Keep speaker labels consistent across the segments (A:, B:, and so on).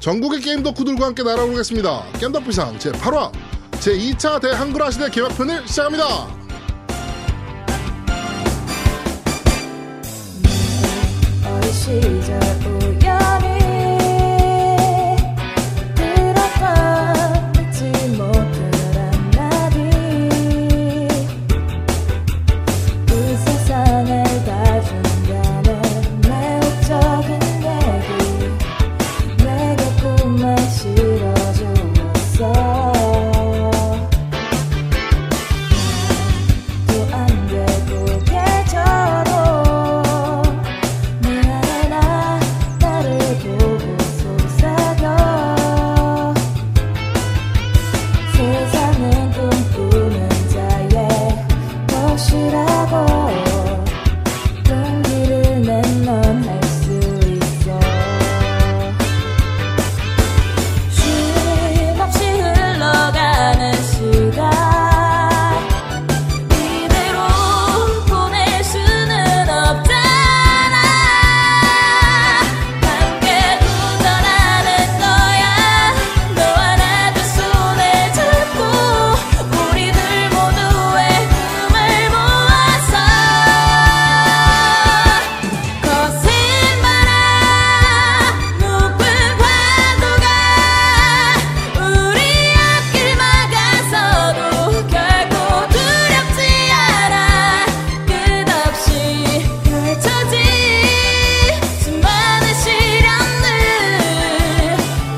A: 전국의 게임 덕후들과 함께 날아오르겠습니다. 게임 덕비상 제8화 제2차 대한글화 시대 개막편을 시작합니다.
B: 어린 시절 우연히 들었던 듣지 못한 나비 이 세상을 다 준다는 매우 적은 얘기 내게 꿈을 실어주었어 또 안 되고 계절로 미안해 나 나를 보고 속삭여 세상은 꿈꾸는 자의 것이라고 용기를 내넌할수 있어 쉼없이 흘러가는 시간 이대로 보낼 수는 없잖아 함께 도전하는 거야 너와 나도 손을 잡고 우리들 모두의 꿈을 모아서 거센 바람 높은 파도가 우리 앞길 막아서도 결코 두렵지 않아 끝없이 펼쳐진 수많은 시련들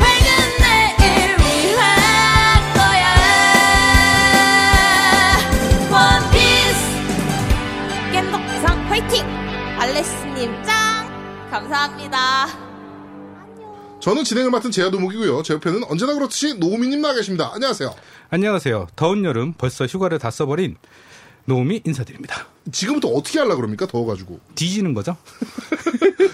B: 밝은 내일 위할 거야 원피스 깻덕상 화이팅! 알레스님 짱! 감사합니다.
A: 저는 진행을 맡은 제야도목이고요. 제 옆에는 언제나 그렇듯이 노우미님 나와 계십니다. 안녕하세요.
C: 안녕하세요. 더운 여름 벌써 휴가를 다 써버린 노우미 인사드립니다.
A: 지금부터 어떻게 하려고 그럽니까? 더워가지고.
C: 뒤지는 거죠?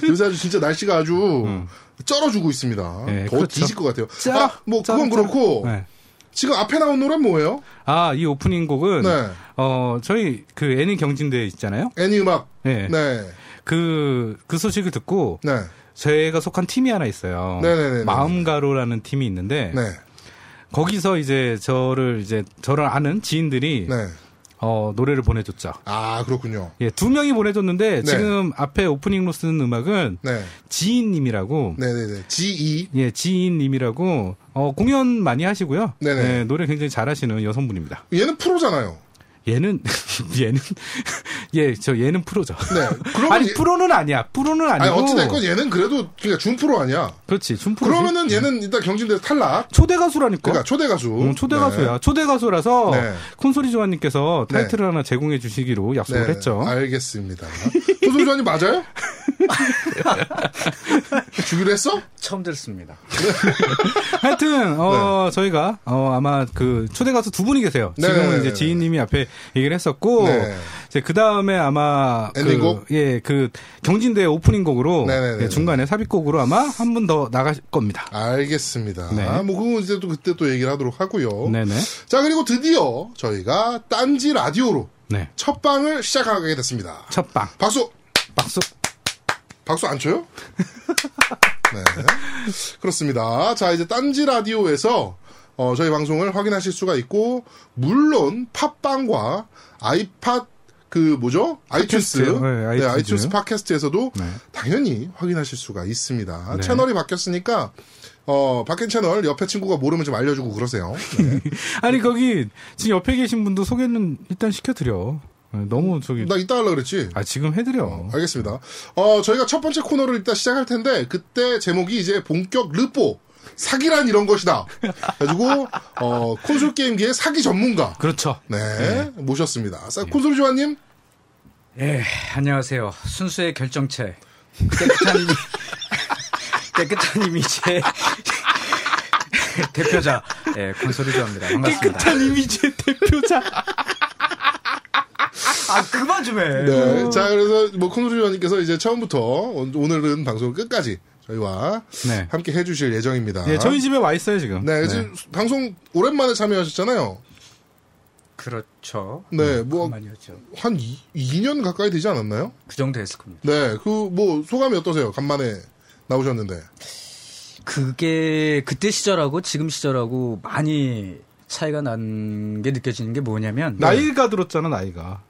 A: 요새 아주 진짜 날씨가 아주 쩔어주고 있습니다.
C: 음. 네,
A: 더
C: 그렇죠.
A: 뒤질 것 같아요.
C: 쩔어,
A: 아, 뭐 그건
C: 쩔어, 쩔어.
A: 그렇고
C: 네.
A: 지금 앞에 나온 노래 뭐예요?
C: 아, 이 오프닝 곡은
A: 네.
C: 어, 저희 그 애니 경진대회 있잖아요.
A: 애니 음악.
C: 네.
A: 네.
C: 그, 그 소식을 듣고
A: 네.
C: 제가 속한 팀이 하나 있어요.
A: 네네네네.
C: 마음가로라는 팀이 있는데
A: 네.
C: 거기서 이제 저를 이제 저를 아는 지인들이
A: 네.
C: 어, 노래를 보내줬죠.
A: 아 그렇군요.
C: 예, 두 명이 보내줬는데
A: 네.
C: 지금 앞에 오프닝로 쓰는 음악은
A: 네.
C: 지인님이라고
A: 네네네. G2.
C: 예, 지인님이라고 어, 공연 많이 하시고요.
A: 네네.
C: 예, 노래 굉장히 잘하시는 여성분입니다.
A: 얘는 프로잖아요.
C: 얘는 얘는 예, 저 얘는 프로죠.
A: 네. 그러면
C: 아니
A: 얘-
C: 프로는 아니야. 프로는 아니고.
A: 아니 어찌됐건 얘는 그래도 그러니까 준프로 아니야.
C: 그렇지. 준 프로.
A: 그러면은 얘는 일단 경진대 탈락.
C: 초대 가수라니까.
A: 그러니까 초대 가수.
C: 응, 음, 초대
A: 네.
C: 가수야. 초대 가수라서
A: 네.
C: 콘솔이 조아님께서
A: 네.
C: 타이틀을 하나 제공해 주시기로
A: 네,
C: 약속을 했죠.
A: 알겠습니다. 소소주환이 맞아요? 주기로 했어?
D: 처음 들었습니다.
C: 하여튼 어, 저희가 어, 아마 그 초대 가수 두 분이 계세요. 지금은
A: 네. 네네네네.
C: 이제 지인님이 앞에 얘기를 했었고
A: 네.
C: 이제 그 다음에 아마
A: 엔딩곡?
C: 그, 예, 그 경진대 오프닝곡으로
A: 네네네네. 아,
C: 예, 중간에 삽입곡으로 아마 한 분 더 나갈 겁니다.
A: 알겠습니다.
C: 네.
A: 뭐 그건 이제 또 그때 또 얘기를 하도록 하고요.
C: 네네.
A: 자 그리고 드디어 저희가 딴지 라디오로
C: 네.
A: 첫 방을 시작하게 됐습니다.
C: 첫방
A: 박수.
C: 박수.
A: 박수 안 쳐요? 네. 그렇습니다. 자, 이제 딴지 라디오에서 어, 저희 방송을 확인하실 수가 있고, 물론 팟빵과 아이팟, 그 뭐죠? 아이튠스.
C: 팟캐스트, 네,
A: 네,
C: 아이튠즈.
A: 아이튠스 팟캐스트에서도
C: 네.
A: 당연히 확인하실 수가 있습니다.
C: 네.
A: 채널이 바뀌었으니까, 어, 바뀐 채널 옆에 친구가 모르면 좀 알려주고 그러세요.
C: 아니 거기 지금 옆에 계신 분도 소개는 일단 시켜드려. 예, 너무 저기
A: 나 이따 하려고 그랬지?
C: 아 지금 해드려.
A: 알겠습니다. 어, 저희가 첫 번째 코너를 일단 시작할 텐데, 그때 제목이 이제 본격 르뽀. 사기란 이런 것이다. 가지고 어, 콘솔 게임기의 사기 전문가.
C: 그렇죠.
A: 네, 모셨습니다. 사- 콘솔 조아님,
D: 예, 안녕하세요. 순수의 결정체. 깨끗한 이미, 깨끗한 이미지의 대표자, 예, 콘솔이 좋아합니다. 반갑습니다.
C: 깨끗한 이미지의 대표자.
D: 아, 그만 좀 해.
A: 네. 자, 그래서 뭐 콘솔 조아님께서 이제 처음부터 오- 오늘은 방송 끝까지 저희와
C: 네.
A: 함께 해주실 예정입니다.
C: 예, 저희 집에 와 있어요 지금.
A: 네, 지금 방송 오랜만에 참여하셨잖아요.
D: 그렇죠.
A: 네,
D: 그만이었죠.
A: 뭐 한 2년 가까이 되지 않았나요?
D: 그 정도 했을 겁니다.
A: 네, 그 뭐 소감이 어떠세요? 간만에 나오셨는데.
E: 그게 그때 시절하고 지금 시절하고 많이 차이가 난 게 느껴지는 게 뭐냐면
C: 나이가 들었잖아 나이가.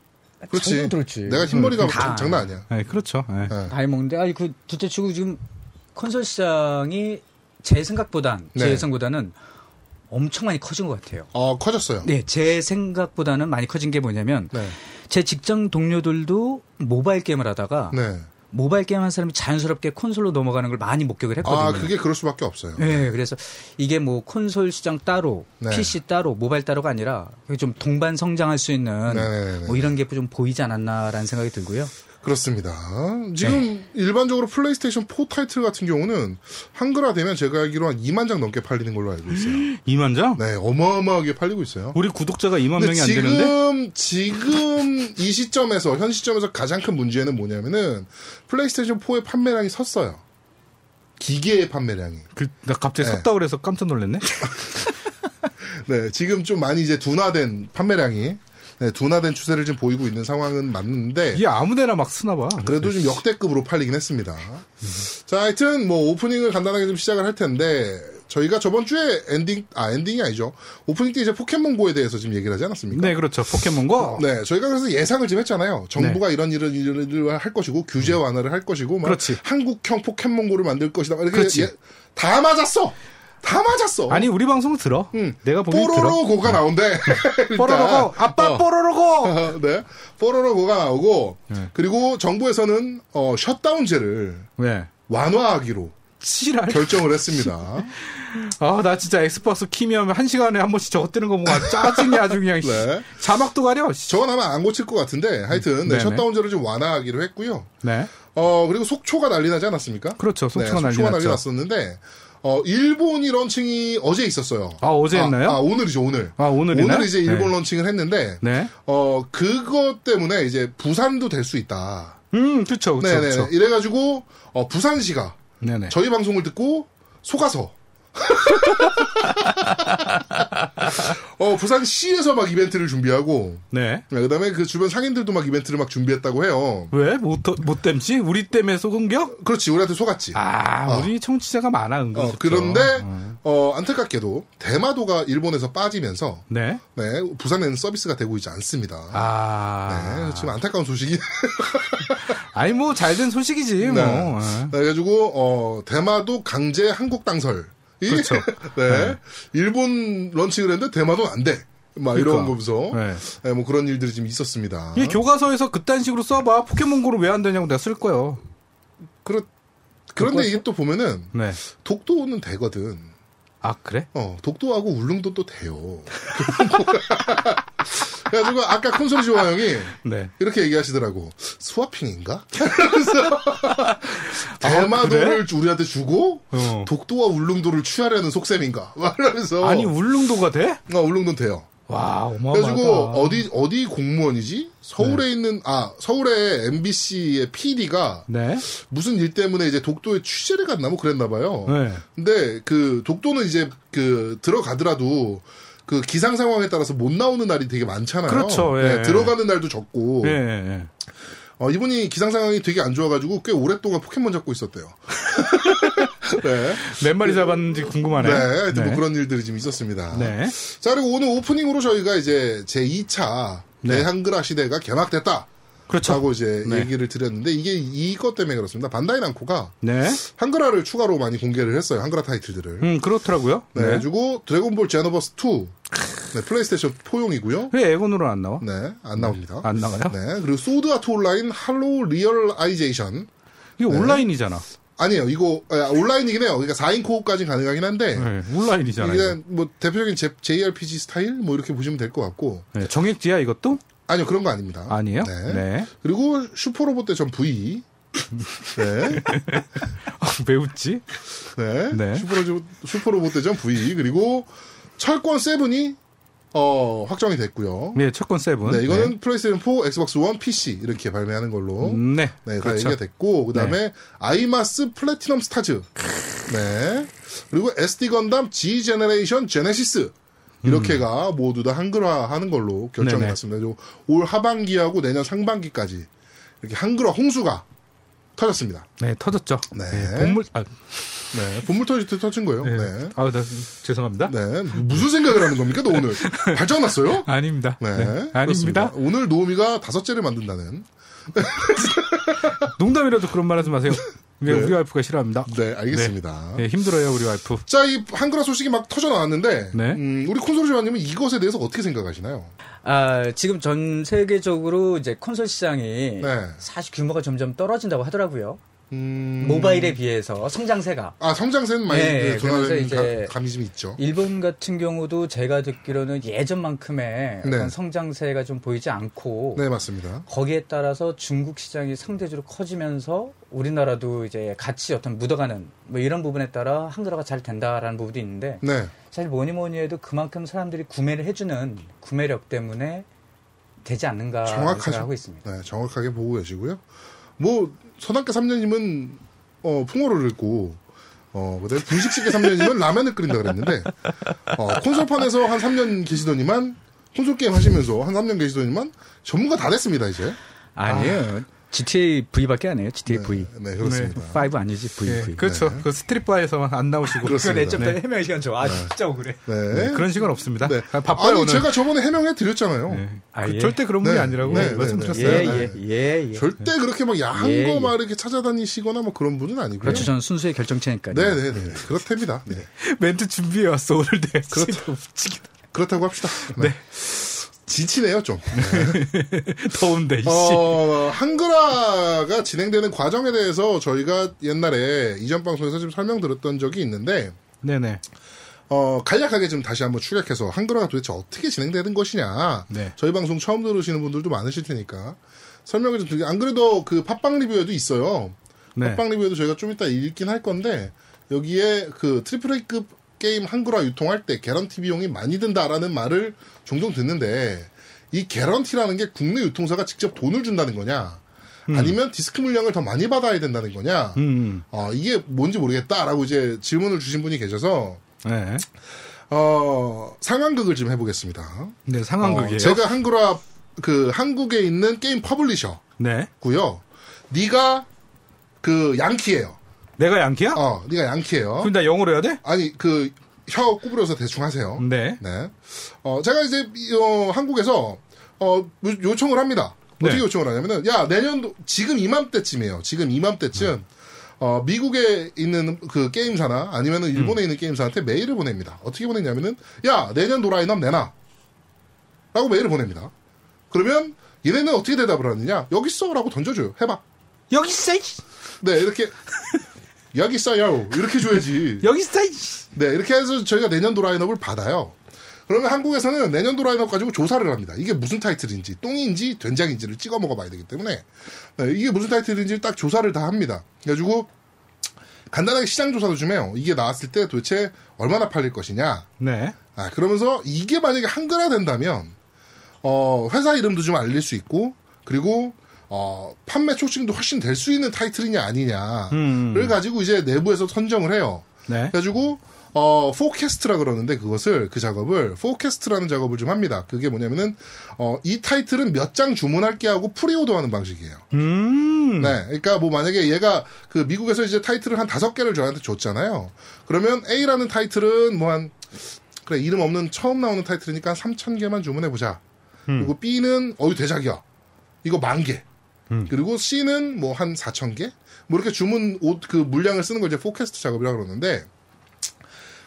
A: 그렇지.
E: 장난 들었지.
A: 내가 흰머리가
E: 음, 다.
A: 장- 장난 아니야.
C: 네, 그렇죠. 네.
A: 네.
E: 나이 먹는데 아니 그 둘째 치고 지금 콘솔 시장이 제 생각보단
A: 네.
E: 제 예상보다는 엄청 많이 커진 것 같아요.
A: 어, 커졌어요.
E: 네, 제 생각보다는 많이 커진 게 뭐냐면
A: 네.
E: 제 직장 동료들도 모바일 게임을 하다가
A: 네.
E: 모바일 게임 한 사람이 자연스럽게 콘솔로 넘어가는 걸 많이 목격을 했거든요.
A: 아, 그게 그럴 수밖에 없어요.
E: 네, 그래서 이게 뭐 콘솔 시장 따로,
A: 네.
E: PC 따로, 모바일 따로가 아니라 그게 좀 동반 성장할 수 있는
A: 네, 네, 네.
E: 뭐 이런 게 좀 보이지 않았나라는 생각이 들고요.
A: 그렇습니다. 지금 일반적으로 플레이스테이션 4 타이틀 같은 경우는 한글화 되면 제가 알기로 한 2만 장 넘게 팔리는 걸로 알고
C: 음.
A: 있어요.
C: 2만 장?
A: 네, 어마어마하게 팔리고 있어요.
C: 우리 구독자가 2만
A: 근데
C: 명이 안
A: 지금
C: 되는데
A: 지금 이 시점에서 현 시점에서 가장 큰 문제는 뭐냐면은 플레이스테이션 4의 판매량이 섰어요. 기계의 판매량이.
C: 그, 나 갑자기
A: 네.
C: 섰다 그래서 깜짝 놀랐네.
A: 예. 네, 지금 좀 많이 이제 둔화된 판매량이 네, 둔화된 추세를 지금 보이고 있는 상황은 맞는데
C: 이게 아무데나 막 쓰나 봐.
A: 그래도 좀 역대급으로 팔리긴 했습니다. 자, 하여튼 뭐 오프닝을 간단하게 좀 시작을 할 텐데 저희가 저번 주에 엔딩 아 엔딩이 아니죠 오프닝 때 이제 포켓몬고에 대해서 지금 얘기를 하지 않았습니까?
C: 네, 그렇죠. 포켓몬고.
A: 네, 저희가 그래서 예상을 지금 했잖아요. 정부가 이런 일을, 일을 할 것이고 규제 완화를 할 것이고 막
C: 네. 음. 그렇지.
A: 한국형 포켓몬고를 만들 것이다. 이렇게
C: 그렇지.
A: 예- 다 맞았어. 다 맞았어.
C: 아니 우리 방송 들어. 내가 보기 들어.
A: 뽀로로고가 나온대. 일단.
C: 뽀로로고 아빠
A: 어.
C: 뽀로로고.
A: 네, 뽀로로고가 나오고
C: 네.
A: 그리고 정부에서는 어, 셧다운제를
C: 왜?
A: 완화하기로
C: 치랄.
A: 결정을 했습니다.
C: 아 나 진짜 엑스박스 키면 한 시간에 한 번씩 저거 뜨는 거 보고 아, 짜증이 아주 그냥. 씨.
A: 네.
C: 자막도 가려. 씨.
A: 저건 아마 안 고칠 것 같은데 하여튼 네,
C: 네네.
A: 셧다운제를 좀 완화하기로 했고요.
C: 네.
A: 어 그리고 속초가 난리 나지 않았습니까? 네,
C: 그렇죠. 속초가 난리 났죠.
A: 났었는데 어 일본이 런칭이 어제 있었어요.
C: 아, 어제 했나요?
A: 아, 오늘이죠 오늘.
C: 아, 오늘이나?
A: 오늘 이제 일본
C: 네.
A: 런칭을 했는데
C: 네.
A: 어 그것 때문에 이제 부산도 될 수 있다.
C: 음, 그렇죠,
A: 네네.
C: 그렇죠, 그렇죠.
A: 이래가지고 어, 부산시가
C: 네네.
A: 저희 방송을 듣고 속아서 어 부산시에서 막 이벤트를 준비하고
C: 네.
A: 네, 그다음에 그 주변 상인들도 막 이벤트를 막 준비했다고 해요.
C: 왜? 못, 못 땜지? 우리 때문에 소금격?
A: 그렇지 우리한테 속았지.
C: 아,
A: 어.
C: 우리 청취자가 많아, 은근.
A: 어,
C: 좋죠.
A: 그런데
C: 어.
A: 어, 안타깝게도 대마도가 일본에서 빠지면서
C: 네.
A: 네, 부산에는 서비스가 되고 있지 않습니다.
C: 아.
A: 네, 지금 안타까운 소식이
C: 아니, 뭐, 잘 된 소식이지, 뭐.
A: 네.
C: 예.
A: 그래가지고 어, 대마도 강제 한국 당설. 이-
C: 그렇죠.
A: 네, 일본 런칭을 했는데 대마도는 안 돼. 막 아, 이런
C: 그러니까.
A: 거면서
C: 네.
A: 네, 뭐 그런 일들이 지금 있었습니다.
C: 이 교과서에서 그딴 식으로 써봐. 포켓몬고를 왜 안 되냐고 내가 쓸 거예요.
A: 그렇 그런데 이게 또 보면은
C: 네.
A: 독도는 되거든.
C: 아, 그래?
A: 어, 독도하고 울릉도 또 돼요. 그래가지고 아까 콘솔 지호 형이
C: 네.
A: 이렇게 얘기하시더라고. 스와핑인가? 그래서 대마도를 우리한테 주고
C: 아, 어.
A: 독도와 울릉도를 취하려는 속셈인가? 말하면서
C: 아니, 아, 울릉도가 돼?
A: 어, 울릉도 돼요.
C: 와, 어마어마하다.
A: 그래가지고 어디 어디 공무원이지? 서울에 있는 아 서울에 MBC의 PD가
C: 네.
A: 무슨 일 때문에 이제 독도에 취재를 갔나 뭐 그랬나 봐요.
C: 네.
A: 근데 그 독도는 이제 그 들어가더라도 그 기상 상황에 따라서 못 나오는 날이 되게 많잖아요.
C: 그렇죠, 예.
A: 네, 들어가는 날도 적고.
C: 예, 예,
A: 어, 이분이 기상 상황이 되게 안 좋아가지고 꽤 오랫동안 포켓몬 잡고 있었대요. 네.
C: 예. 몇 마리 잡았는지 아, 궁금하네.
A: 네. 하여튼 뭐 그런 일들이 좀 있었습니다.
C: 네.
A: 자, 그리고 오늘 오프닝으로 저희가 이제 제2차 대한글화 시대가 개막됐다.
C: 그렇죠.
A: 라고 이제
C: 네.
A: 얘기를 드렸는데 이게 이것 때문에 그렇습니다. 반다이 남코가
C: 네.
A: 한글화를 추가로 많이 공개를 했어요. 한글화 타이틀들을.
C: 음, 그렇더라고요.
A: 네. 해주고 드래곤볼 제노버스 2. 네, 플레이스테이션 포용이고요.
C: 왜 에곤으로 안 나와?
A: 네, 안 나옵니다.
C: 안 나가요?
A: 네, 그리고 소드 아트 온라인 할로우 리얼라이제이션.
C: 이게
A: 네.
C: 온라인이잖아.
A: 아니에요. 이거 아, 온라인이긴 해요. 그러니까 4인 코어까지 가능하긴 한데
C: 네, 온라인이잖아.
A: 그냥 뭐 대표적인 제- JRPG 스타일 뭐 이렇게 보시면 될 것 같고
C: 네, 정액지야 이것도?
A: 아니요 그런 거 아닙니다.
C: 아니에요?
A: 네.
C: 네.
A: 그리고 슈퍼로봇 대전 V. 네,
C: 왜 웃지?
A: 네.
C: 네.
A: 슈퍼로봇 슈퍼로봇 대전 V 그리고 철권 세븐이 어 확정이 됐고요.
C: 네, 첫건 세븐.
A: 네, 이거는 플레이스테이션 4, 엑스박스 1, PC 이렇게 발매하는 걸로
C: 음, 네.
A: 네, 다
C: 그렇죠.
A: 얘기가 됐고 그다음에 아이마스 플래티넘 스타즈. 네. 그리고 SD 건담 G 제너레이션 제네시스. 이렇게가 모두 다 한글화하는 걸로 결정이
C: 음. 네네.
A: 났습니다. 그리고 올 하반기하고 내년 상반기까지 이렇게 한글화 홍수가 터졌습니다.
C: 네, 터졌죠.
A: 네.
C: 본물, 아,
A: 네. 본물 터질 때 터진 거예요.
C: 네.
A: 네.
C: 아우, 나 죄송합니다.
A: 네. 무슨 생각을 하는 겁니까, 너 오늘? 발전 났어요?
C: 아닙니다.
A: 네.
C: 네, 아닙니다.
A: 그렇습니다. 오늘 노우미가 다섯째를 만든다는.
C: 농담이라도 그런 말 하지 마세요. 네, 우리 와이프가 싫어합니다.
A: 네, 알겠습니다.
C: 네, 힘들어요, 우리 와이프.
A: 자, 이 한글화 소식이 막 터져 나왔는데,
C: 네.
A: 음, 우리 콘솔 조아님은 이것에 대해서 어떻게 생각하시나요?
E: 아, 지금 전 세계적으로 이제 콘솔 시장이
A: 네.
E: 사실 규모가 점점 떨어진다고 하더라고요.
A: 음,
E: 모바일에 비해서 성장세가.
A: 아, 성장세는 많이
E: 네,
A: 네,
E: 그래서
A: 돌아가는
E: 이제-
A: 가- 감이 좀 있죠.
E: 일본 같은 경우도 제가 듣기로는 예전만큼의
A: 네.
E: 어떤 성장세가 좀 보이지 않고
A: 네, 맞습니다.
E: 거기에 따라서 중국 시장이 상대적으로 커지면서 우리나라도 이제 같이 어떤 묻어가는 뭐 이런 부분에 따라 한글화가 잘 된다라는 부분도 있는데
A: 네.
E: 사실 뭐니 뭐니 해도 그만큼 사람들이 구매를 해주는 구매력 때문에 되지 않는가
A: 정확하죠.
E: 아, 생각하고 있습니다.
A: 네, 정확하게 보고 계시고요. 뭐, 서당계 3년님은, 어, 풍어를 읽고, 어, 그다음에 분식집계 3년님은 라면을 끓인다 그랬는데, 어, 콘솔판에서 한 3년 계시더니만, 콘솔게임 하시면서 한 3년 계시더니만, 전문가 다 됐습니다, 이제.
E: 아니에요. GTA V밖에 안 해요. GTA V.
A: 네, 그렇습니다.
E: 5 아니지 V.
C: 네, 그렇죠. 그 스트릿바에서만 안 나오시고.
A: 그렇습니다.
C: 그건 애초에
D: 네. 해명 시간 줘. 아 진짜 억울해.
A: 그렇죠. 네.
C: 네, 그런 시간 없습니다.
A: 네.
C: 아, 바빠요,
A: 아니,
C: 오늘.
A: 제가 저번에 해명해 드렸잖아요.
C: 네.
E: 아,
C: 그
E: 예.
C: 절대 그런 분이
A: 네,
C: 아니라고
A: 네, 네,
C: 말씀드렸어요.
A: 네,
E: 예,
A: 네.
E: 예, 예, 예.
A: 절대 그렇게 막 야한
E: 예,
A: 거
E: 예.
A: 막 이렇게 찾아다니시거나 뭐 그런 분은 아니고요.
E: 그렇죠. 저는 순수의 결정체니까요.
A: 네네네. 그렇답니다. 네.
C: 멘트 준비해 왔어 오늘 네, 내 그렇다.
A: 그렇다고 합시다. 네. 지치네요, 좀.
C: 더운데 이씨.
A: 어, 한글화가 진행되는 과정에 대해서 저희가 옛날에 이전 방송에서 좀 설명드렸던 적이 있는데,
C: 네네.
A: 어, 간략하게 좀 다시 한번 추격해서 한글화가 도대체 어떻게 진행되는 것이냐.
C: 네.
A: 저희 방송 처음 들으시는 분들도 많으실 테니까 설명을 좀 드릴게요. 안 그래도 그 팟빵 리뷰에도 있어요.
C: 네.
A: 팟빵 리뷰에도 저희가 좀 이따 읽긴 할 건데 여기에 그 트리플 A급 게임 한글화 유통할 때 개런티 비용이 많이 든다라는 말을 종종 듣는데 이 개런티라는 게 국내 유통사가 직접 돈을 준다는 거냐 아니면 디스크 물량을 더 많이 받아야 된다는 거냐
C: 음.
A: 어, 이게 뭔지 모르겠다라고 이제 질문을 주신 분이 계셔서
C: 네.
A: 어, 상황극을 좀 해보겠습니다.
C: 네 상황극이에요.
A: 어, 제가 한글화 그 한국에 있는 게임 퍼블리셔고요.
C: 네.
A: 네가 그 양키예요.
C: 내가 양키야?
A: 어, 네가 양키예요.
C: 그럼 나 영어로 해야 돼?
A: 아니 그 혀 구부려서 대충 하세요.
C: 네.
A: 네. 어, 제가 이제 이, 어, 한국에서 어, 요- 요청을 합니다. 어떻게
C: 네.
A: 요청을 하냐면은 야 내년도 지금 이맘때쯤이에요. 지금 이맘때쯤 어, 미국에 있는 그 게임사나 아니면은 일본에 있는 게임사한테 메일을 보냅니다. 어떻게 보냈냐면은 야 내년도 라인업 내놔라고 메일을 보냅니다. 그러면 얘네는 어떻게 대답을 하느냐? 여기 있어라고 던져줘요. 해봐.
C: 여기 있어. 이씨.
A: 네 이렇게 여기 있어요. 이렇게 줘야지.
C: 여기 있어. 이씨.
A: 네, 이렇게 해서 저희가 내년도 라인업을 받아요. 그러면 한국에서는 내년도 라인업 가지고 조사를 합니다. 이게 무슨 타이틀인지, 똥인지, 된장인지를 찍어 먹어봐야 되기 때문에 네, 이게 무슨 타이틀인지 딱 조사를 다 합니다. 그래가지고 간단하게 시장 조사도 좀 해요. 이게 나왔을 때 도대체 얼마나 팔릴 것이냐.
C: 네.
A: 아, 그러면서 이게 만약에 한글화 된다면 어, 회사 이름도 좀 알릴 수 있고 그리고 어, 판매 촉진도 훨씬 될 수 있는 타이틀이냐 아니냐를
C: 음.
A: 가지고 이제 내부에서 선정을 해요.
C: 네.
A: 그래가지고 어 포캐스트라 그러는데 그것을 그 작업을 포캐스트라는 작업을 좀 합니다. 그게 뭐냐면은 어, 이 타이틀은 몇 장 주문할게 하고 프리오더하는 방식이에요.
C: 음.
A: 네, 그러니까 뭐 만약에 얘가 그 미국에서 이제 타이틀을 한 다섯 개를 저한테 줬잖아요. 그러면 A라는 타이틀은 뭐 한 그래 이름 없는 처음 나오는 타이틀이니까 한 3천 개만 주문해 보자.
C: 음.
A: 그리고 B는 어유 대작이야. 이거 만 개.
C: 음.
A: 그리고 C는 뭐 한 4천 개? 뭐 이렇게 주문 옷 그 물량을 쓰는 걸 이제 포캐스트 작업이라고 그러는데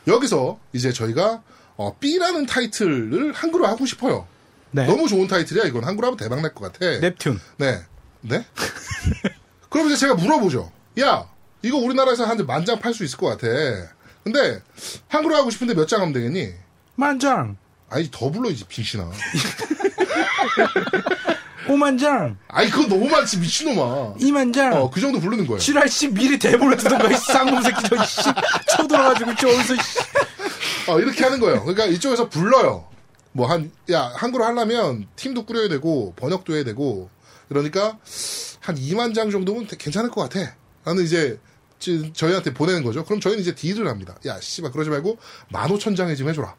A: 여기서 이제 저희가 어, B라는 타이틀을 한글로 하고 싶어요.
C: 네.
A: 너무 좋은 타이틀이야. 이건 한글로 하면 대박 날 것 같아.
C: 넵튠.
A: 네. 네? 그럼 이제 제가 물어보죠. 야, 이거 우리나라에서 한 만 장 팔 수 있을 것 같아. 근데 한글로 하고 싶은데 몇 장 하면 되겠니?
C: 만장.
A: 아니, 더 불러야지, 빙신아.
C: 오만장.
A: 아니, 그거 너무 많지, 미친놈아.
C: 이만장.
A: 어, 그 정도 부르는 거예요.
C: 지랄 씨 미리 대본을 두던가 이 쌍놈 새끼 저 씨. 쳐들어가지고 저 어디서 씨.
A: 어, 이렇게 하는 거예요. 그러니까 이쪽에서 불러요. 뭐 한, 야, 한글로 하려면 팀도 꾸려야 되고, 번역도 해야 되고, 그러니까 한 2만 장 정도면 되- 괜찮을 것 같아. 라는 이제 지- 저희한테 보내는 거죠. 그럼 저희는 이제 딜을 합니다. 야, 씨발, 그러지 말고 15,000장에 좀 해줘라.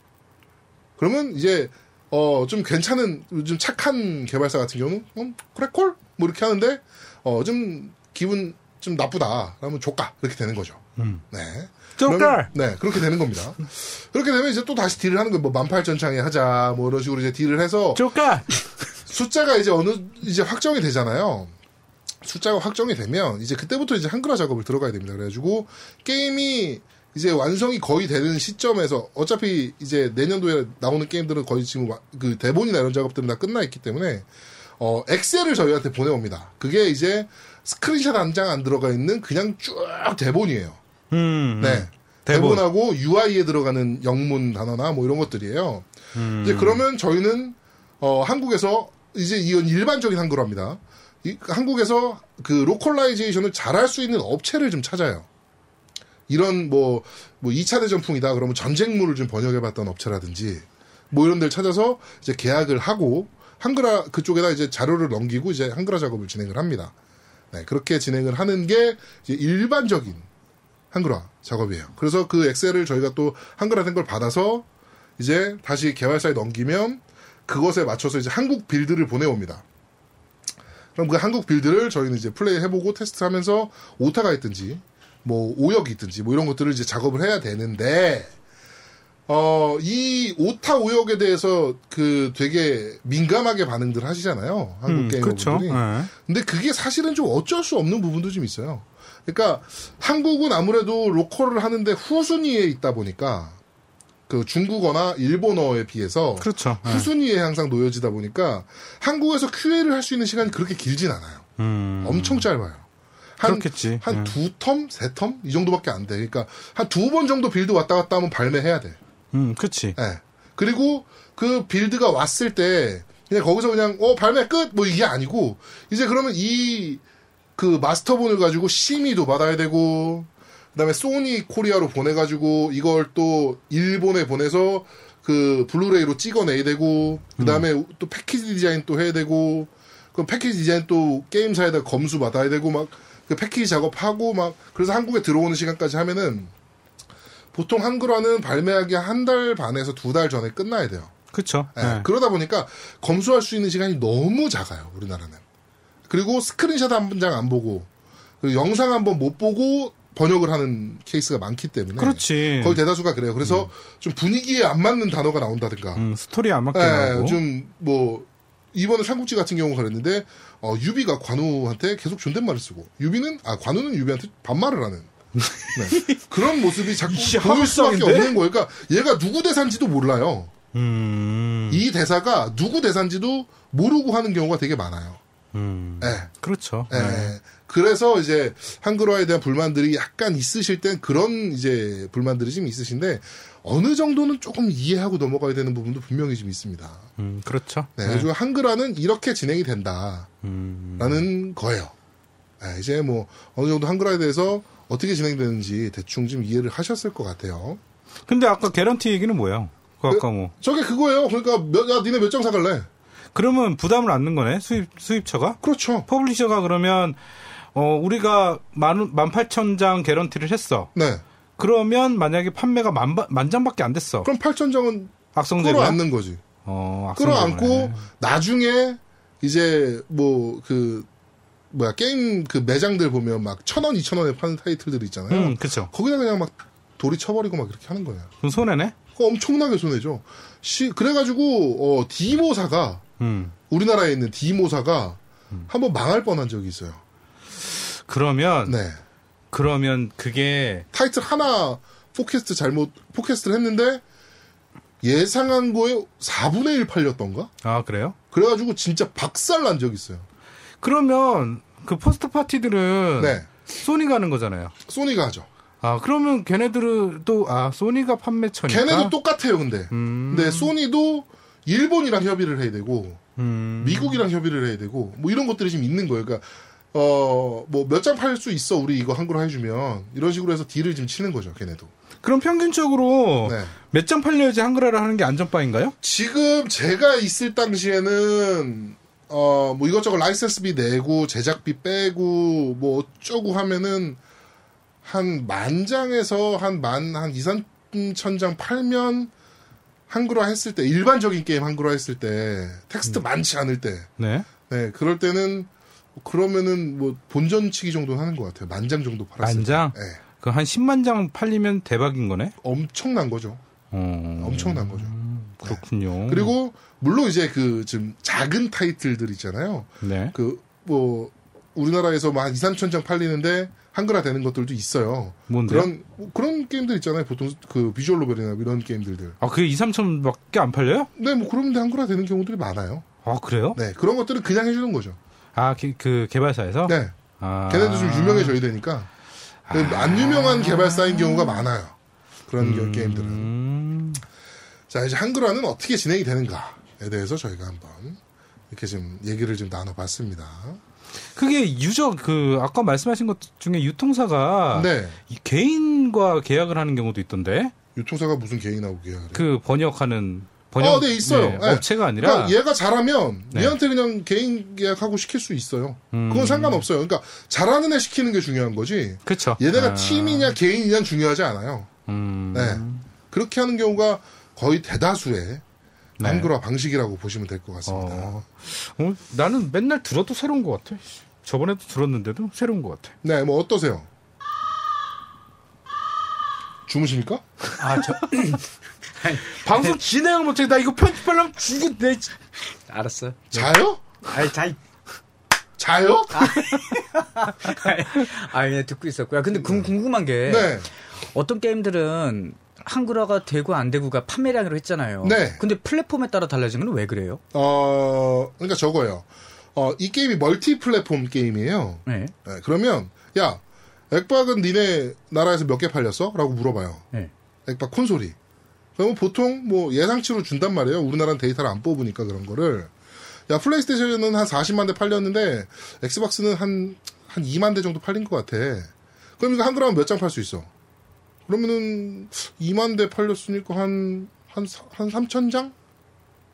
A: 그러면 이제, 어, 좀 괜찮은, 좀 착한 개발사 같은 경우, 음, 그래, 콜? 뭐 이렇게 하는데, 어, 좀 기분 좀 나쁘다. 그러면 조까 이렇게 되는 거죠. 네.
C: 음. 조까!
A: 그러면- 네, 그렇게 되는 겁니다. 그렇게 되면 이제 또 다시 딜을 하는 거예요. 뭐 만팔전창에 하자, 뭐 이런 식으로 이제 딜을 해서
C: 쪼까!
A: 숫자가 이제 어느 이제 확정이 되잖아요. 숫자가 확정이 되면 이제 그때부터 이제 한글화 작업을 들어가야 됩니다. 그래가지고 게임이 이제 완성이 거의 되는 시점에서 어차피 이제 내년도에 나오는 게임들은 거의 지금 와- 그 대본이나 이런 작업들은 다 끝나 있기 때문에 어 엑셀을 저희한테 보내옵니다. 그게 이제 스크린샷 한 장 안 들어가 있는 그냥 쭉 대본이에요.
C: 음.
A: 네.
C: 대본.
A: 대본하고 UI에 들어가는 영문 단어나 뭐 이런 것들이에요.
C: 음.
A: 이제 그러면 저희는 어, 한국에서 이제 이건 일반적인 한글화입니다. 이- 한국에서 그 로컬라이제이션을 잘할 수 있는 업체를 좀 찾아요. 이런 뭐, 뭐 2차 대전풍이다 그러면 전쟁물을 좀 번역해봤던 업체라든지 뭐 이런 데를 찾아서 이제 계약을 하고 한글화 그쪽에다 이제 자료를 넘기고 이제 한글화 작업을 진행을 합니다. 네, 그렇게 진행을 하는 게 이제 일반적인 한글화 작업이에요. 그래서 그 엑셀을 저희가 또 한글화된 걸 받아서 이제 다시 개발사에 넘기면 그것에 맞춰서 이제 한국 빌드를 보내옵니다. 그럼 그 한국 빌드를 저희는 이제 플레이해보고 테스트하면서 오타가 있든지 뭐 오역이 있든지 뭐 이런 것들을 이제 작업을 해야 되는데 어, 이 오타 오역에 대해서 그 되게 민감하게 반응들 하시잖아요. 한국
C: 음, 그쵸.
A: 게임머분들이.
C: 네.
A: 근데 그게 사실은 좀 어쩔 수 없는 부분도 좀 있어요. 그러니까 한국은 아무래도 로컬을 하는데 후순위에 있다 보니까 그 중국어나 일본어에 비해서
C: 그렇죠. 네.
A: 후순위에 항상 놓여지다 보니까 한국에서 QA를 할 수 있는 시간이 그렇게 길진 않아요.
C: 음.
A: 엄청 짧아요.
C: 그렇겠지. 네.
A: 한두 텀, 세 텀 이 정도밖에 안 돼. 그러니까 한 두 번 정도 빌드 왔다 갔다 하면 발매해야 돼.
C: 음, 그치.
A: 예. 그리고 그 빌드가 왔을 때 그냥 거기서 그냥 어 발매 끝 뭐 이게 아니고 이제 그러면 이 그 마스터본을 가지고 심의도 받아야 되고 그다음에 소니 코리아로 보내 가지고 이걸 또 일본에 보내서 그 블루레이로 찍어내야 되고 그다음에 또 패키지 디자인 또 해야 되고 그럼 패키지 디자인 또 게임사에다 검수 받아야 되고 막 그 패키지 작업하고 막 그래서 한국에 들어오는 시간까지 하면은 보통 한글화는 발매하기 한 달 반에서 두 달 전에 끝나야 돼요.
C: 그쵸.
A: 예,
C: 네.
A: 그러다 보니까 검수할 수 있는 시간이 너무 작아요. 우리나라는. 그리고 스크린샷 한 장 안 보고 그리고 영상 한 번 못 보고 번역을 하는 케이스가 많기 때문에
C: 그렇지.
A: 네. 거의 대다수가 그래요. 그래서 좀 분위기에 안 맞는 단어가 나온다든가
C: 음, 스토리 안 맞게
A: 예,
C: 나오고.
A: 요즘 뭐 이번에 삼국지 같은 경우가 그랬는데 어, 유비가 관우한테 계속 존댓말을 쓰고 유비는 아 관우는 유비한테 반말을 하는 네. 그런 모습이 자꾸 보일 수밖에
C: 합성인데?
A: 없는 거예요. 그러니까 얘가 누구 대사인지도 몰라요.
C: 음.
A: 이 대사가 누구 대사인지도 모르고 하는 경우가 되게 많아요.
C: 음.
A: 예.
C: 그렇죠.
A: 예. 그래서 이제 한글화에 대한 불만들이 약간 있으실 땐 그런 이제 불만들이 좀 있으신데 어느 정도는 조금 이해하고 넘어가야 되는 부분도 분명히 좀 있습니다.
C: 음, 그렇죠.
A: 네, 그래서 한글화는 이렇게 진행이 된다라는
C: 음.
A: 거예요. 네, 이제 뭐 어느 정도 한글화에 대해서 어떻게 진행되는지 대충 좀 이해를 하셨을 것 같아요.
C: 근데 아까 개런티 얘기는 뭐야? 그 아까 뭐.
A: 저게 그거예요. 그러니까 몇, 야, 니네 몇 장 사갈래?
C: 그러면 부담을 안는 거네? 수입, 수입처가?
A: 그렇죠.
C: 퍼블리셔가 그러면, 어, 우리가 만, 만 팔천 장 개런티를 했어.
A: 네.
C: 그러면 만약에 판매가 만, 바- 만 장밖에 안 됐어.
A: 그럼 8천장은
C: 악성제가.
A: 끌어안는 거지.
C: 어, 악성제구나.
A: 끌어안고 나중에 이제 뭐 그 뭐야 게임 그 매장들 보면 막 천 원, 이천 원에 파는 타이틀들 있잖아요.
C: 음, 그쵸.
A: 거기다 그냥 막 돌이 쳐버리고 막 이렇게 하는 거예요.
C: 그럼 손해네?
A: 그거 어, 엄청나게 손해죠. 시- 그래가지고 어, 디모사가
C: 음.
A: 우리나라에 있는 디모사가 한번 망할 뻔한 적이 있어요.
C: 그러면,
A: 네,
C: 그러면 그게,
A: 타이틀 하나 포캐스트 잘못 포캐스트를 했는데 예상한 거에 4분의 1 팔렸던가?
C: 아, 그래요?
A: 그래가지고 진짜 박살 난 적이 있어요.
C: 그러면 그 포스트 파티들은
A: 네,
C: 소니가 하는 거잖아요.
A: 소니가 하죠.
C: 아 그러면 걔네들은 또아 소니가 판매처니까.
A: 걔네도 똑같아요, 근데. 근데 소니도 일본이랑 협의를 해야 되고
C: 음,
A: 미국이랑 협의를 해야 되고 뭐 이런 것들이 지금 있는 거예요. 그러니까 어뭐 몇 장 팔 수 있어 우리 이거 한글화 해주면 이런 식으로 해서 딜을 지금 치는 거죠 걔네도.
C: 그럼 평균적으로
A: 네.
C: 몇 장 팔려야지 한글화를 하는 게 안전바인가요?
A: 지금 제가 있을 당시에는 어 뭐 이것저것 라이센스비 내고 제작비 빼고 뭐 어쩌고 하면은 한 만 장에서 한 만 한 이삼천장 팔면 한글화 했을 때 일반적인 게임 한글화 했을 때 텍스트 많지 않을 때
C: 네.
A: 네, 그럴 때는 그러면은 뭐 본전치기 정도는 하는 것 같아요. 만장 정도 팔았어요.
C: 만장?
A: 예.
C: 그 한 10만 장 팔리면 대박인 거네?
A: 엄청난 거죠.
C: 어.
A: 엄청난 거죠.
C: 음. 그렇군요.
A: 네. 그리고 물론 이제 그 지금 작은 타이틀들 있잖아요.
C: 네.
A: 그 뭐 우리나라에서 뭐 막 2, 3천 장 팔리는데 한글화 되는 것들도 있어요.
C: 뭔데요?
A: 그런 그런 게임들 있잖아요. 보통 그 비주얼 노벨이나 이런 게임들들.
C: 아, 그게 2, 3천밖에 안 팔려요?
A: 네, 뭐 그런데 한글화 되는 경우들이 많아요.
C: 아, 그래요?
A: 네, 그런 것들은 그냥 해주는 거죠.
C: 아, 게- 그 개발사에서?
A: 네,
C: 아.
A: 걔네도 좀 유명해져야 되니까 근데 안 유명한 개발사인 경우가 많아요. 그런 게- 게임들은.
C: 음.
A: 자, 이제 한글화는 어떻게 진행이 되는가에 대해서 저희가 한번 이렇게 지금 얘기를 좀 나눠봤습니다.
C: 그게 유저 그 아까 말씀하신 것 중에 유통사가
A: 네,
C: 이 개인과 계약을 하는 경우도 있던데
A: 유통사가 무슨 개인하고 계약을 해요?
C: 그 번역하는 번역
A: 어, 네, 있어요. 네.
C: 업체가 아니라
A: 그러니까 얘가 잘하면
C: 네.
A: 얘한테 그냥 개인 계약하고 시킬 수 있어요.
C: 음.
A: 그건 상관없어요. 그러니까 잘하는 애 시키는 게 중요한 거지.
C: 그렇죠.
A: 얘네가
C: 아,
A: 팀이냐 개인이냐 중요하지 않아요.
C: 음.
A: 네. 그렇게 하는 경우가 거의 대다수의
C: 네.
A: 한글화 방식이라고 보시면 될 것 같습니다.
C: 어. 어, 나는 맨날 들어도 새로운 것 같아. 저번에도 들었는데도 새로운 것 같아.
A: 네, 뭐 어떠세요? 주무십니까?
E: 아, 저,
C: 방송 진행을 못해. 나 이거 편집하려면 죽을 내.
E: 알았어요.
A: 자요?
E: 아이, 잘,
A: 자요?
E: 아, 예, 듣고 있었고요. 근데 궁- 궁금한 게
A: 네.
E: 어떤 게임들은 한글화가 되고 안 되고가 판매량으로 했잖아요.
A: 네.
E: 근데 플랫폼에 따라 달라지는 건 왜 그래요?
A: 어, 그러니까 저거예요. 어, 이 게임이 멀티 플랫폼 게임이에요.
E: 네.
A: 네, 그러면 야, 액박은 니네 나라에서 몇 개 팔렸어? 라고 물어봐요.
E: 네.
A: 액박 콘솔이. 그러면 보통 뭐 예상치로 준단 말이에요. 우리나라는 데이터를 안 뽑으니까 그런 거를. 야, 플레이스테이션은 한 40만 대 팔렸는데 엑스박스는 한, 한 2만 대 정도 팔린 것 같아. 그럼 이거 한글화면 몇 장 팔 수 있어? 그러면은 2만 대 팔렸으니까 한, 한, 사- 한 3천 장?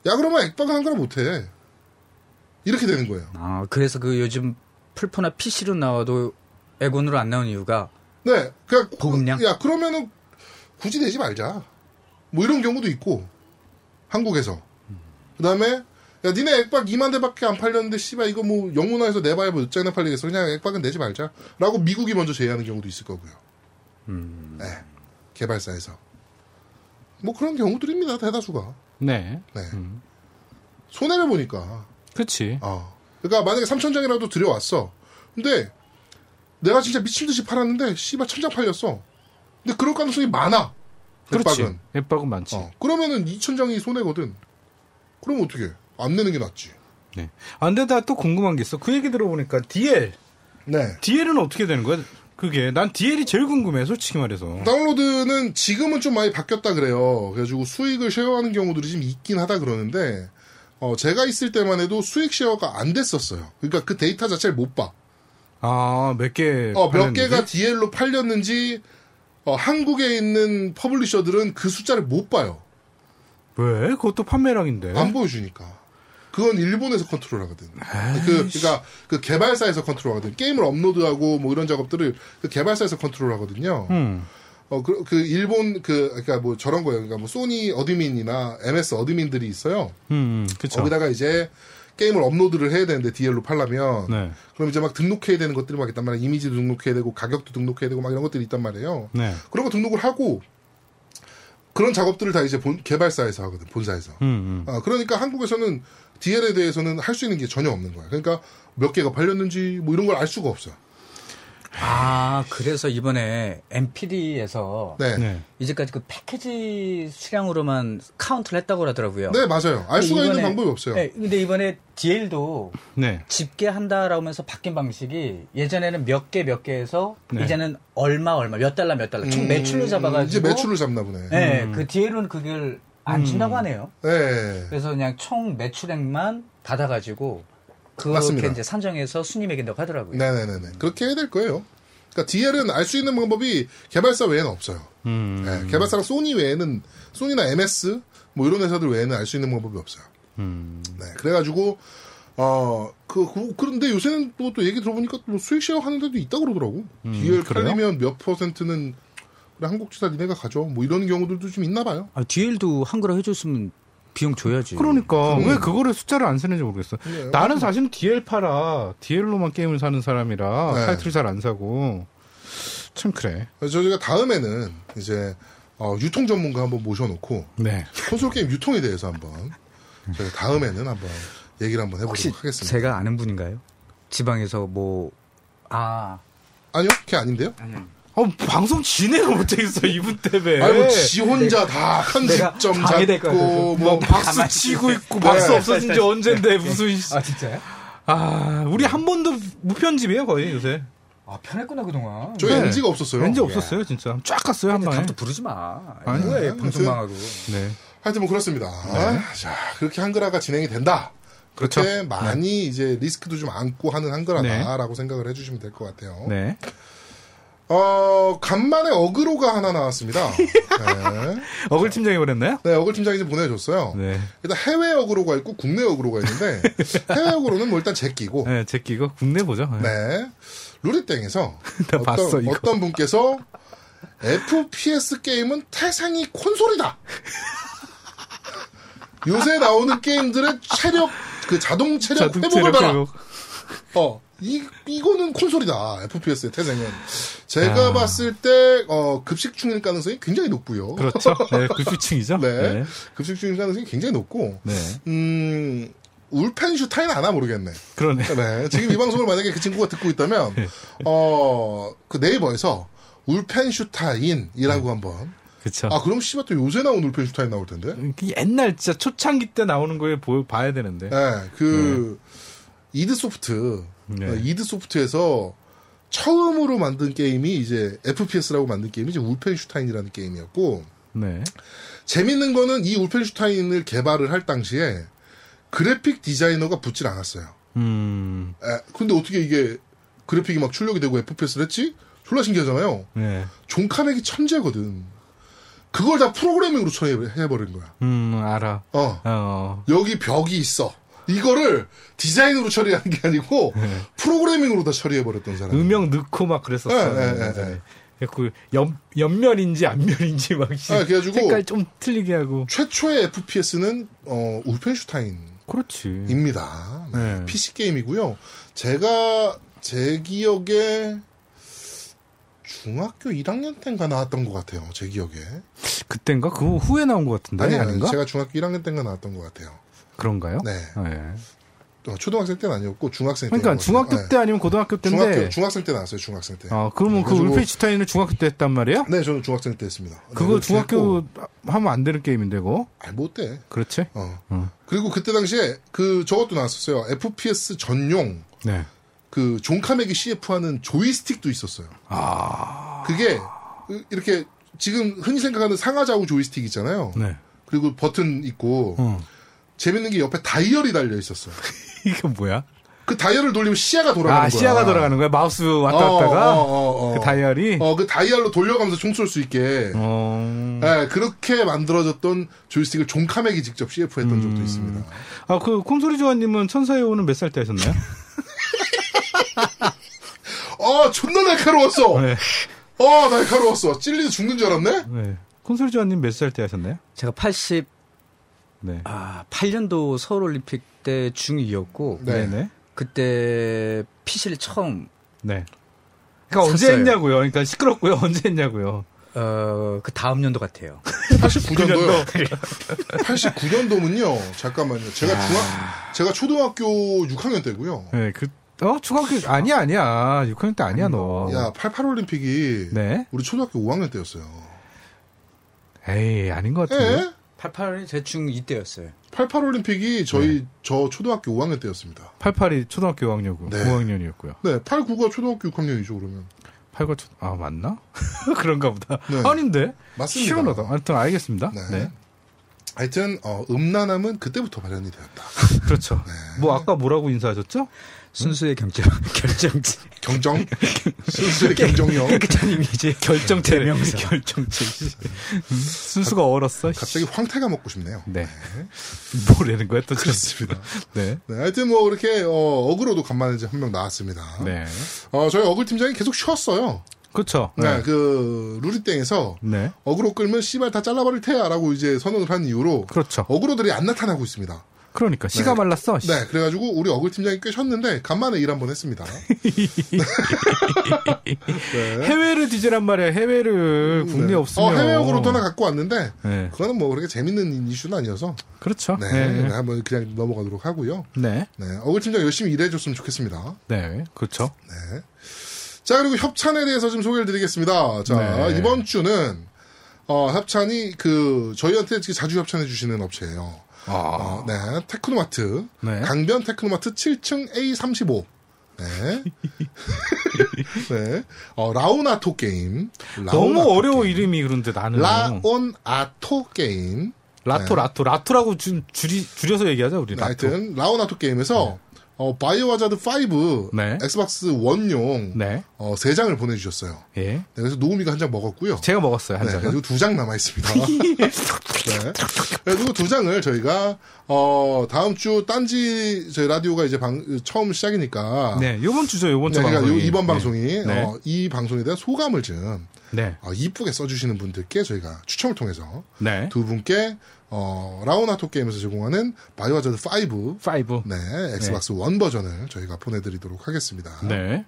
A: 야, 그러면 액박은 한글화 못해. 이렇게 되는 거예요.
E: 아, 그래서 그 요즘 풀포나 PC로 나와도 에곤으로 안 나온 이유가
A: 네. 그냥
E: 보급량?
A: 야, 그러면은 굳이 내지 말자. 뭐 이런 경우도 있고. 한국에서. 그다음에 야, 니네 액박 2만 대밖에 안 팔렸는데 씨발 이거 뭐 영문화에서 내봐야 몇 장이나 팔리겠어. 그냥 액박은 내지 말자. 라고 미국이 먼저 제의하는 경우도 있을 거고요. 네. 개발사에서. 뭐 그런 경우들입니다. 대다수가.
C: 네.
A: 네. 손해를 보니까.
C: 그렇지.
A: 어. 그러니까 만약에 3천 장이라도 들여왔어. 근데 내가 진짜 미친 듯이 팔았는데 씨발 천장 팔렸어. 근데 그럴 가능성이 많아.
C: 그렇지.
A: 액박은.
C: 앱박은 많지.
A: 어. 그러면은 2천 장이 손해거든. 그럼 어떻게? 안 내는 게 낫지.
C: 네. 안 되다 또 궁금한 게 있어. 그 얘기 들어보니까 DL.
A: 네.
C: DL은 어떻게 되는 거야? 그게 난 DL이 제일 궁금해. 솔직히 말해서.
A: 다운로드는 지금은 좀 많이 바뀌었다 그래요. 그래가지고 수익을 쉐어하는 경우들이 좀 있긴 하다 그러는데 어, 제가 있을 때만 해도 수익 쉐어가 안 됐었어요. 그러니까 그 데이터 자체를 못 봐.
C: 아, 몇 개.
A: 어, 몇
C: 팔렸는지?
A: 개가 DL로 팔렸는지 어, 한국에 있는 퍼블리셔들은 그 숫자를 못 봐요.
C: 왜? 그것도 판매량인데.
A: 안 보여주니까. 그건 일본에서 컨트롤 하거든. 그, 그니까, 그 개발사에서 컨트롤 하거든. 게임을 업로드하고 뭐 이런 작업들을 그 개발사에서 컨트롤 하거든요.
C: 음.
A: 어, 그, 그 일본 그, 그니까 뭐 저런 거예요. 그니까 뭐 소니 어드민이나 MS 어드민들이 있어요.
C: 음, 음. 그쵸.
A: 거기다가 이제 게임을 업로드를 해야 되는데 DL로 팔려면.
C: 네.
A: 그럼 이제 막 등록해야 되는 것들이 막 있단 말이에요. 이미지도 등록해야 되고 가격도 등록해야 되고 막 이런 것들이 있단 말이에요.
C: 네.
A: 그런 거 등록을 하고 그런 작업들을 다 이제 본- 개발사에서 하거든 본사에서.
C: 음, 음.
A: 아, 그러니까 한국에서는 DL에 대해서는 할 수 있는 게 전혀 없는 거야. 그러니까 몇 개가 팔렸는지 뭐 이런 걸 알 수가 없어. 요
E: 아, 그래서 이번에 MPD에서
A: 네. 네.
C: 네.
E: 이제까지 그 패키지 수량으로만 카운트를 했다고 하더라고요.
A: 맞아요. 네, 알 수가
E: 근데
A: 있는
E: 이번에-
A: 방법이 없어요.
E: 네, 근데 이번에 DL도
C: 네.
E: 집계한다라고 하면서 바뀐 방식이 예전에는 몇 개 몇 개에서
C: 네.
E: 이제는 얼마 얼마 몇 달러 몇 달러 총
A: 음,
E: 매출로 잡아가지고
A: 이제 매출을 잡나 음. 보네. 네.
E: 네, 그 DL은 그걸 안 준다고 하네요. 그래서 그냥 총 매출액만 받아가지고 그렇게
A: 맞습니다.
E: 이제 산정해서 순위 매긴다고 하더라고요.
A: 네네네네. 그렇게 해야 될 거예요. 그러니까 DL은 알 수 있는 방법이 개발사 외에는 없어요.
C: 음.
A: 네, 개발사랑 소니 외에는 소니나 MS 뭐 이런 회사들 외에는 알 수 있는 방법이 없어요.
C: 음.
A: 네, 그래가지고 어그 그런데 요새는 또, 또 얘기 들어보니까 또 수익 쉐어 하는 데도 있다 그러더라고. DL
C: 음, 그래요?
A: 팔리면 몇 퍼센트는 그래, 한국 지사 니네가 가져. 뭐 이런 경우들도 좀 있나 봐요.
E: 아, DL도 한글화 해줬으면 비용 줘야지.
C: 그러니까 왜 그거를 숫자를 안 쓰는지 모르겠어.
A: 네,
C: 나는 사실은 DL 팔아 DL로만 게임을 사는 사람이라
A: 네.
C: 타이틀 잘 안 사고 참 그래.
A: 그래서 저희가 다음에는 이제 어, 유통 전문가 한번 모셔놓고
C: 네.
A: 콘솔 게임 유통에 대해서 한번 저희 가 다음에는 한번 얘기를 한번
E: 혹시
A: 해보도록 하겠습니다.
E: 제가 아는 분인가요? 지방에서 뭐 아.
A: 아니요, 걔 아닌데요.
C: 어 방송 진행을 못하겠어 이분 때문에.
A: 아니 뭐지 혼자 다 편집점
E: 내가 방해될 거야,
A: 잡고 뭐
C: 박수 치고 있고 박수 없어진 네. 지 언젠데 무슨 씨.
D: 아 진짜요?
C: 아 우리 한 번도 무편집이에요 거의 요새.
D: 아 편했구나 그동안.
A: 저
C: 네.
A: NG가 없었어요.
C: 왠지 없었어요 진짜 쫙 갔어요 한 방에.
E: 다음부터 부르지 마.
C: 아니,
E: 뭐해
A: 아니,
E: 네. 방송 망하고.
C: 네.
A: 하여튼 뭐 그렇습니다. 자 그렇게 한글화가 진행이 된다.
C: 그렇죠.
A: 그렇게 많이 이제 리스크도 좀 안고 하는 한글화다라고 생각을 해주시면 될 것 같아요.
C: 네.
A: 어 간만에 어그로가 하나 나왔습니다. 네,
C: 어글 팀장이 보냈나요?
A: 네, 어글 팀장이 좀 보내줬어요.
C: 네.
A: 일단 해외 어그로가 있고 국내 어그로가 있는데 해외 어그로는 뭐 일단 제끼고
C: 네, 제 끼고 국내 보죠. 네.
A: 네. 루리땡에서
C: 나 봤어, 이거.
A: 어떤 분께서 FPS 게임은 태생이 콘솔이다. 요새 나오는 게임들의 체력 그 자동 체력
C: 자동
A: 회복을
C: 체력
A: 봐라.
C: 회복.
A: 어, 이 이거는 콘솔이다. FPS의 태생은
C: 아.
A: 제가 봤을 때 어, 급식 중일 가능성이 굉장히 높고요.
C: 그렇죠. 네, 글피칭이죠.
A: 네.
C: 네.
A: 급식 중일 가능성이 굉장히 높고
C: 네.
A: 음 울펜슈타인 아나 모르겠네.
C: 그러네.
A: 네. 지금 이 방송을 만약에 그 친구가 듣고 있다면, 어, 그 네이버에서 울펜슈타인이라고 한번.
C: 그렇죠.
A: 아, 그럼 씨발 또 요새 나온 울펜슈타인 나올 텐데?
C: 그 옛날 진짜 초창기 때 나오는 거에 보, 봐야 되는데.
A: 네. 그, 이드소프트,
C: 네.
A: 어, 이드소프트에서 처음으로 만든 게임이 이제 FPS라고 만든 게임이 이제 울펜슈타인이라는 게임이었고,
C: 네.
A: 재밌는 거는 이 울펜슈타인을 개발을 할 당시에 그래픽 디자이너가 붙질 않았어요.
C: 음.
A: 에, 근데 어떻게 이게 그래픽이 막 출력이 되고 FPS를 했지? 졸라 신기하잖아요.
C: 네.
A: 존카맥이 천재거든. 그걸 다 프로그래밍으로 처리해버린 거야.
C: 음, 알아.
A: 어.
C: 어.
A: 여기 벽이 있어. 이거를 디자인으로 처리하는 게 아니고 프로그래밍으로 다 처리해버렸던 사람.
C: 네. 음영 넣고 막 그랬었어.
A: 네, 네, 네,
C: 네. 그 옆, 옆면인지 앞면인지 막 씨,
A: 아, 그래가지고-
C: 색깔 좀 틀리게 하고.
A: 최초의 FPS는 어, 울펜슈타인입니다.
C: 그렇지. 네.
A: PC 게임이고요. 제가 제 기억에 중학교 1학년 때인가 나왔던 것 같아요. 제 기억에.
C: 그땐가? 그거 후에 나온 것 같은데.
A: 아니, 아니,
C: 아닌가?
A: 네, 제가 중학교 1학년 때인가 나왔던 것 같아요.
C: 그런가요?
A: 네.
C: 네.
A: 어, 초등학생 때는 아니었고 중학생 때.
C: 그러니까 중학교 때 아니면 고등학교 때인데.
A: 네. 중학교 중학생 때 나왔어요. 중학생 때.
C: 아, 그러면 그
A: 그래가지고-
C: 울페슈타인을 중학교 때 했단 말이야?
A: 네, 저는 중학생 때 했습니다. 네,
C: 그거
A: 그렇게 했고.
C: 중학교 하면 안 되는 게임인데, 그거?
A: 아, 못 돼.
C: 그렇지?
A: 어.
C: 어.
A: 그리고 그때 당시에 그 저것도 나왔었어요. FPS 전용
C: 네.
A: 그 존카맥이 CF 하는 조이스틱도 있었어요. 아. 그게 이렇게 지금 흔히 생각하는 상하좌우 조이스틱 있잖아요.
C: 네.
A: 그리고 버튼 있고
C: 어.
A: 재밌는 게 옆에 다이얼이 달려 있었어요.
C: 이게 뭐야?
A: 그 다이얼을 돌리면 시야가 돌아가는 거야.
C: 아, 시야가 돌아가는 거야? 마우스 왔다 갔다가?
A: 어, 어, 어, 어.
C: 그 다이얼이?
A: 어, 그 다이얼로 돌려가면서 총 쏠 수 있게.
C: 어.
A: 예, 그렇게 만들어졌던 조이스틱을 존카맥이 직접 CF 했던
C: 음.
A: 적도 있습니다.
C: 아, 그, 콘솔이 조아님은 천사의 오는 몇 살 때 하셨나요?
A: 아, 존나 날카로웠어!
C: 네.
A: 아, 날카로웠어. 찔리서 죽는 줄 알았네?
C: 네. 콘솔이 조아님 몇 살 때 하셨나요?
E: 제가 80
C: 네.
E: 아, 8년도 서울 올림픽 때 중2였고
A: 네.
C: 네네.
E: 그때 PC를 처음
C: 네. 그러니까 언제
E: 샀어요.
C: 했냐고요? 그러니까 시끄럽고요. 언제 했냐고요?
E: 어, 그 다음 년도 같아요.
A: 89년도요. 89년도면요. 잠깐만요. 제가 중학, 제가 초등학교 6학년 때고요.
C: 네, 그, 어, 중학교, 아니야, 아니야. 6학년 때 아니야, 너.
A: 야, 88올림픽이
C: 어. 네.
A: 우리 초등학교 5학년 때였어요.
C: 에이, 아닌 것 같은데.
A: 예?
E: 88이 제 중2 때였어요.
A: 88올림픽이 저희,
C: 네.
A: 저 초등학교 5학년 때였습니다.
C: 88이 초등학교 5학년이고,
A: 네.
C: 5학년이었고요.
A: 네, 89가 초등학교 6학년이죠, 그러면.
C: 팔과 초, 아, 맞나? 그런가 보다.
A: 네.
C: 아닌데?
A: 맞습니다.
C: 희한하다. 아무튼 알겠습니다.
A: 네.
C: 네.
A: 하여튼, 어, 음란함은 그때부터 발현이 되었다.
C: 그렇죠.
A: 네.
C: 뭐, 아까 뭐라고 인사하셨죠?
E: 순수의 경정, 결정체.
A: 경정? 순수의 경정력.
E: 그장님이 이제
C: 결정체.
E: 대명사.
C: 결정체. 순수가 얼었어.
A: 네. 갑자기 황태가 먹고 싶네요.
C: 네. 뭐라는 거야, 또.
A: 그렇습니다.
C: 네.
A: 네, 하여튼 뭐 이렇게 어, 어그로도 간만에 이제 한 명 나왔습니다.
C: 네.
A: 어, 저희 어글 팀장이 계속 쉬었어요.
C: 그렇죠.
A: 네, 그 루리땡에서
C: 네.
A: 어그로 끌면 씨발 다 잘라버릴 테야라고 이제 선언을 한 이후로
C: 그렇죠.
A: 어그로들이 안 나타나고 있습니다.
C: 그러니까 씨가 말랐어. 씨.
A: 네, 그래가지고 우리 어글 팀장이 꽤 쉬었는데 간만에 일 한 번 했습니다. 네.
C: 해외를 뒤지란 말이야. 해외를 그 국내
A: 네.
C: 없으면.
A: 어, 해외 어그로도 하나 갖고 왔는데
C: 네.
A: 그거는 뭐 그렇게 재밌는 이슈는 아니어서
C: 그렇죠.
A: 네,
C: 네.
A: 한번 그냥 넘어가도록 하고요.
C: 네.
A: 네, 어글 팀장 열심히 일해줬으면 좋겠습니다.
C: 네. 그렇죠.
A: 네. 자, 그리고 협찬에 대해서 좀 소개를 드리겠습니다. 자,
C: 네.
A: 이번 주는, 어, 협찬이 그, 저희한테 자주 협찬해주시는 업체예요 어, 네. 테크노마트.
C: 아. 네.
A: 강변 테크노마트 7층 A35. 네. 네. 어, 라온아토 게임.
C: 너무
A: 라온아토
C: 어려워
A: 게임.
C: 이름이 그런데 나는
A: 라온아토 게임.
C: 라토 라토 라토라고 줄 줄이 줄여서 얘기하자 우리
A: 네,
C: 라토.
A: 하여튼, 라온아토 게임에서, 어, 바이오하자드 5.
C: 네.
A: 엑스박스 원용.
C: 네.
A: 어, 3장을 보내주셨어요.
C: 예.
A: 네, 그래서 노우미가 한 장 먹었고요.
C: 제가 먹었어요 한
A: 네,
C: 잔.
A: 그리고 두 장 남아 있습니다. 네. 그리고 두 장을 저희가 어 다음 주 딴지 저희 라디오가 이제 방, 처음 시작이니까
C: 네. 요번 주죠 요번 주
A: 그러니까
C: 방송.
A: 요- 이번 방송이
C: 네.
A: 어, 이 방송에 대한 소감을 좀
C: 네.
A: 어, 이쁘게 써주시는 분들께 저희가 추첨을 통해서
C: 네.
A: 두 분께 어, 라오나토 게임에서 제공하는 바이오하자드 5
C: 파이브.
A: 네 엑스박스 원 버전을 저희가 보내드리도록 하겠습니다.
C: 네.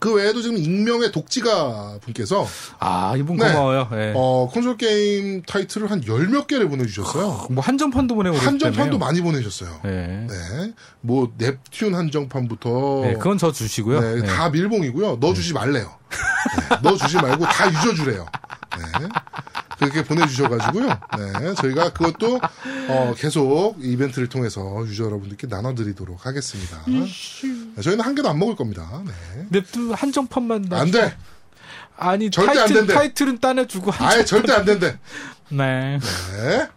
A: 그 외에도 지금 익명의 독지가 분께서
C: 아 이분
A: 네.
C: 고마워요. 예.
A: 어, 콘솔 게임 타이틀을 한 열 몇 개를 보내주셨어요.
C: 뭐 한정판도 보내고
A: 한정판도
C: 그랬다며요.
A: 많이 보내셨어요. 네.
C: 예.
A: 뭐, 넵튠 한정판부터.
C: 예, 그건 저 주시고요.
A: 어. 네,
C: 예.
A: 다 밀봉이고요. 넣어주지 말래요. 네, 넣어주지 말고 다 유저주래요. 네. 그렇게 보내주셔가지고요. 네. 저희가 그것도, 어, 계속 이벤트를 통해서 유저 여러분들께 나눠드리도록 하겠습니다. 네, 저희는 한 개도 안 먹을 겁니다. 네.
C: 냅두 한정판만 나.
A: 안 돼!
C: 아니
A: 절대 안
C: 타이틀
A: 된대.
C: 타이틀은 따내주고. 한...
A: 아예 절대 안 된대!
C: 네.
A: 네.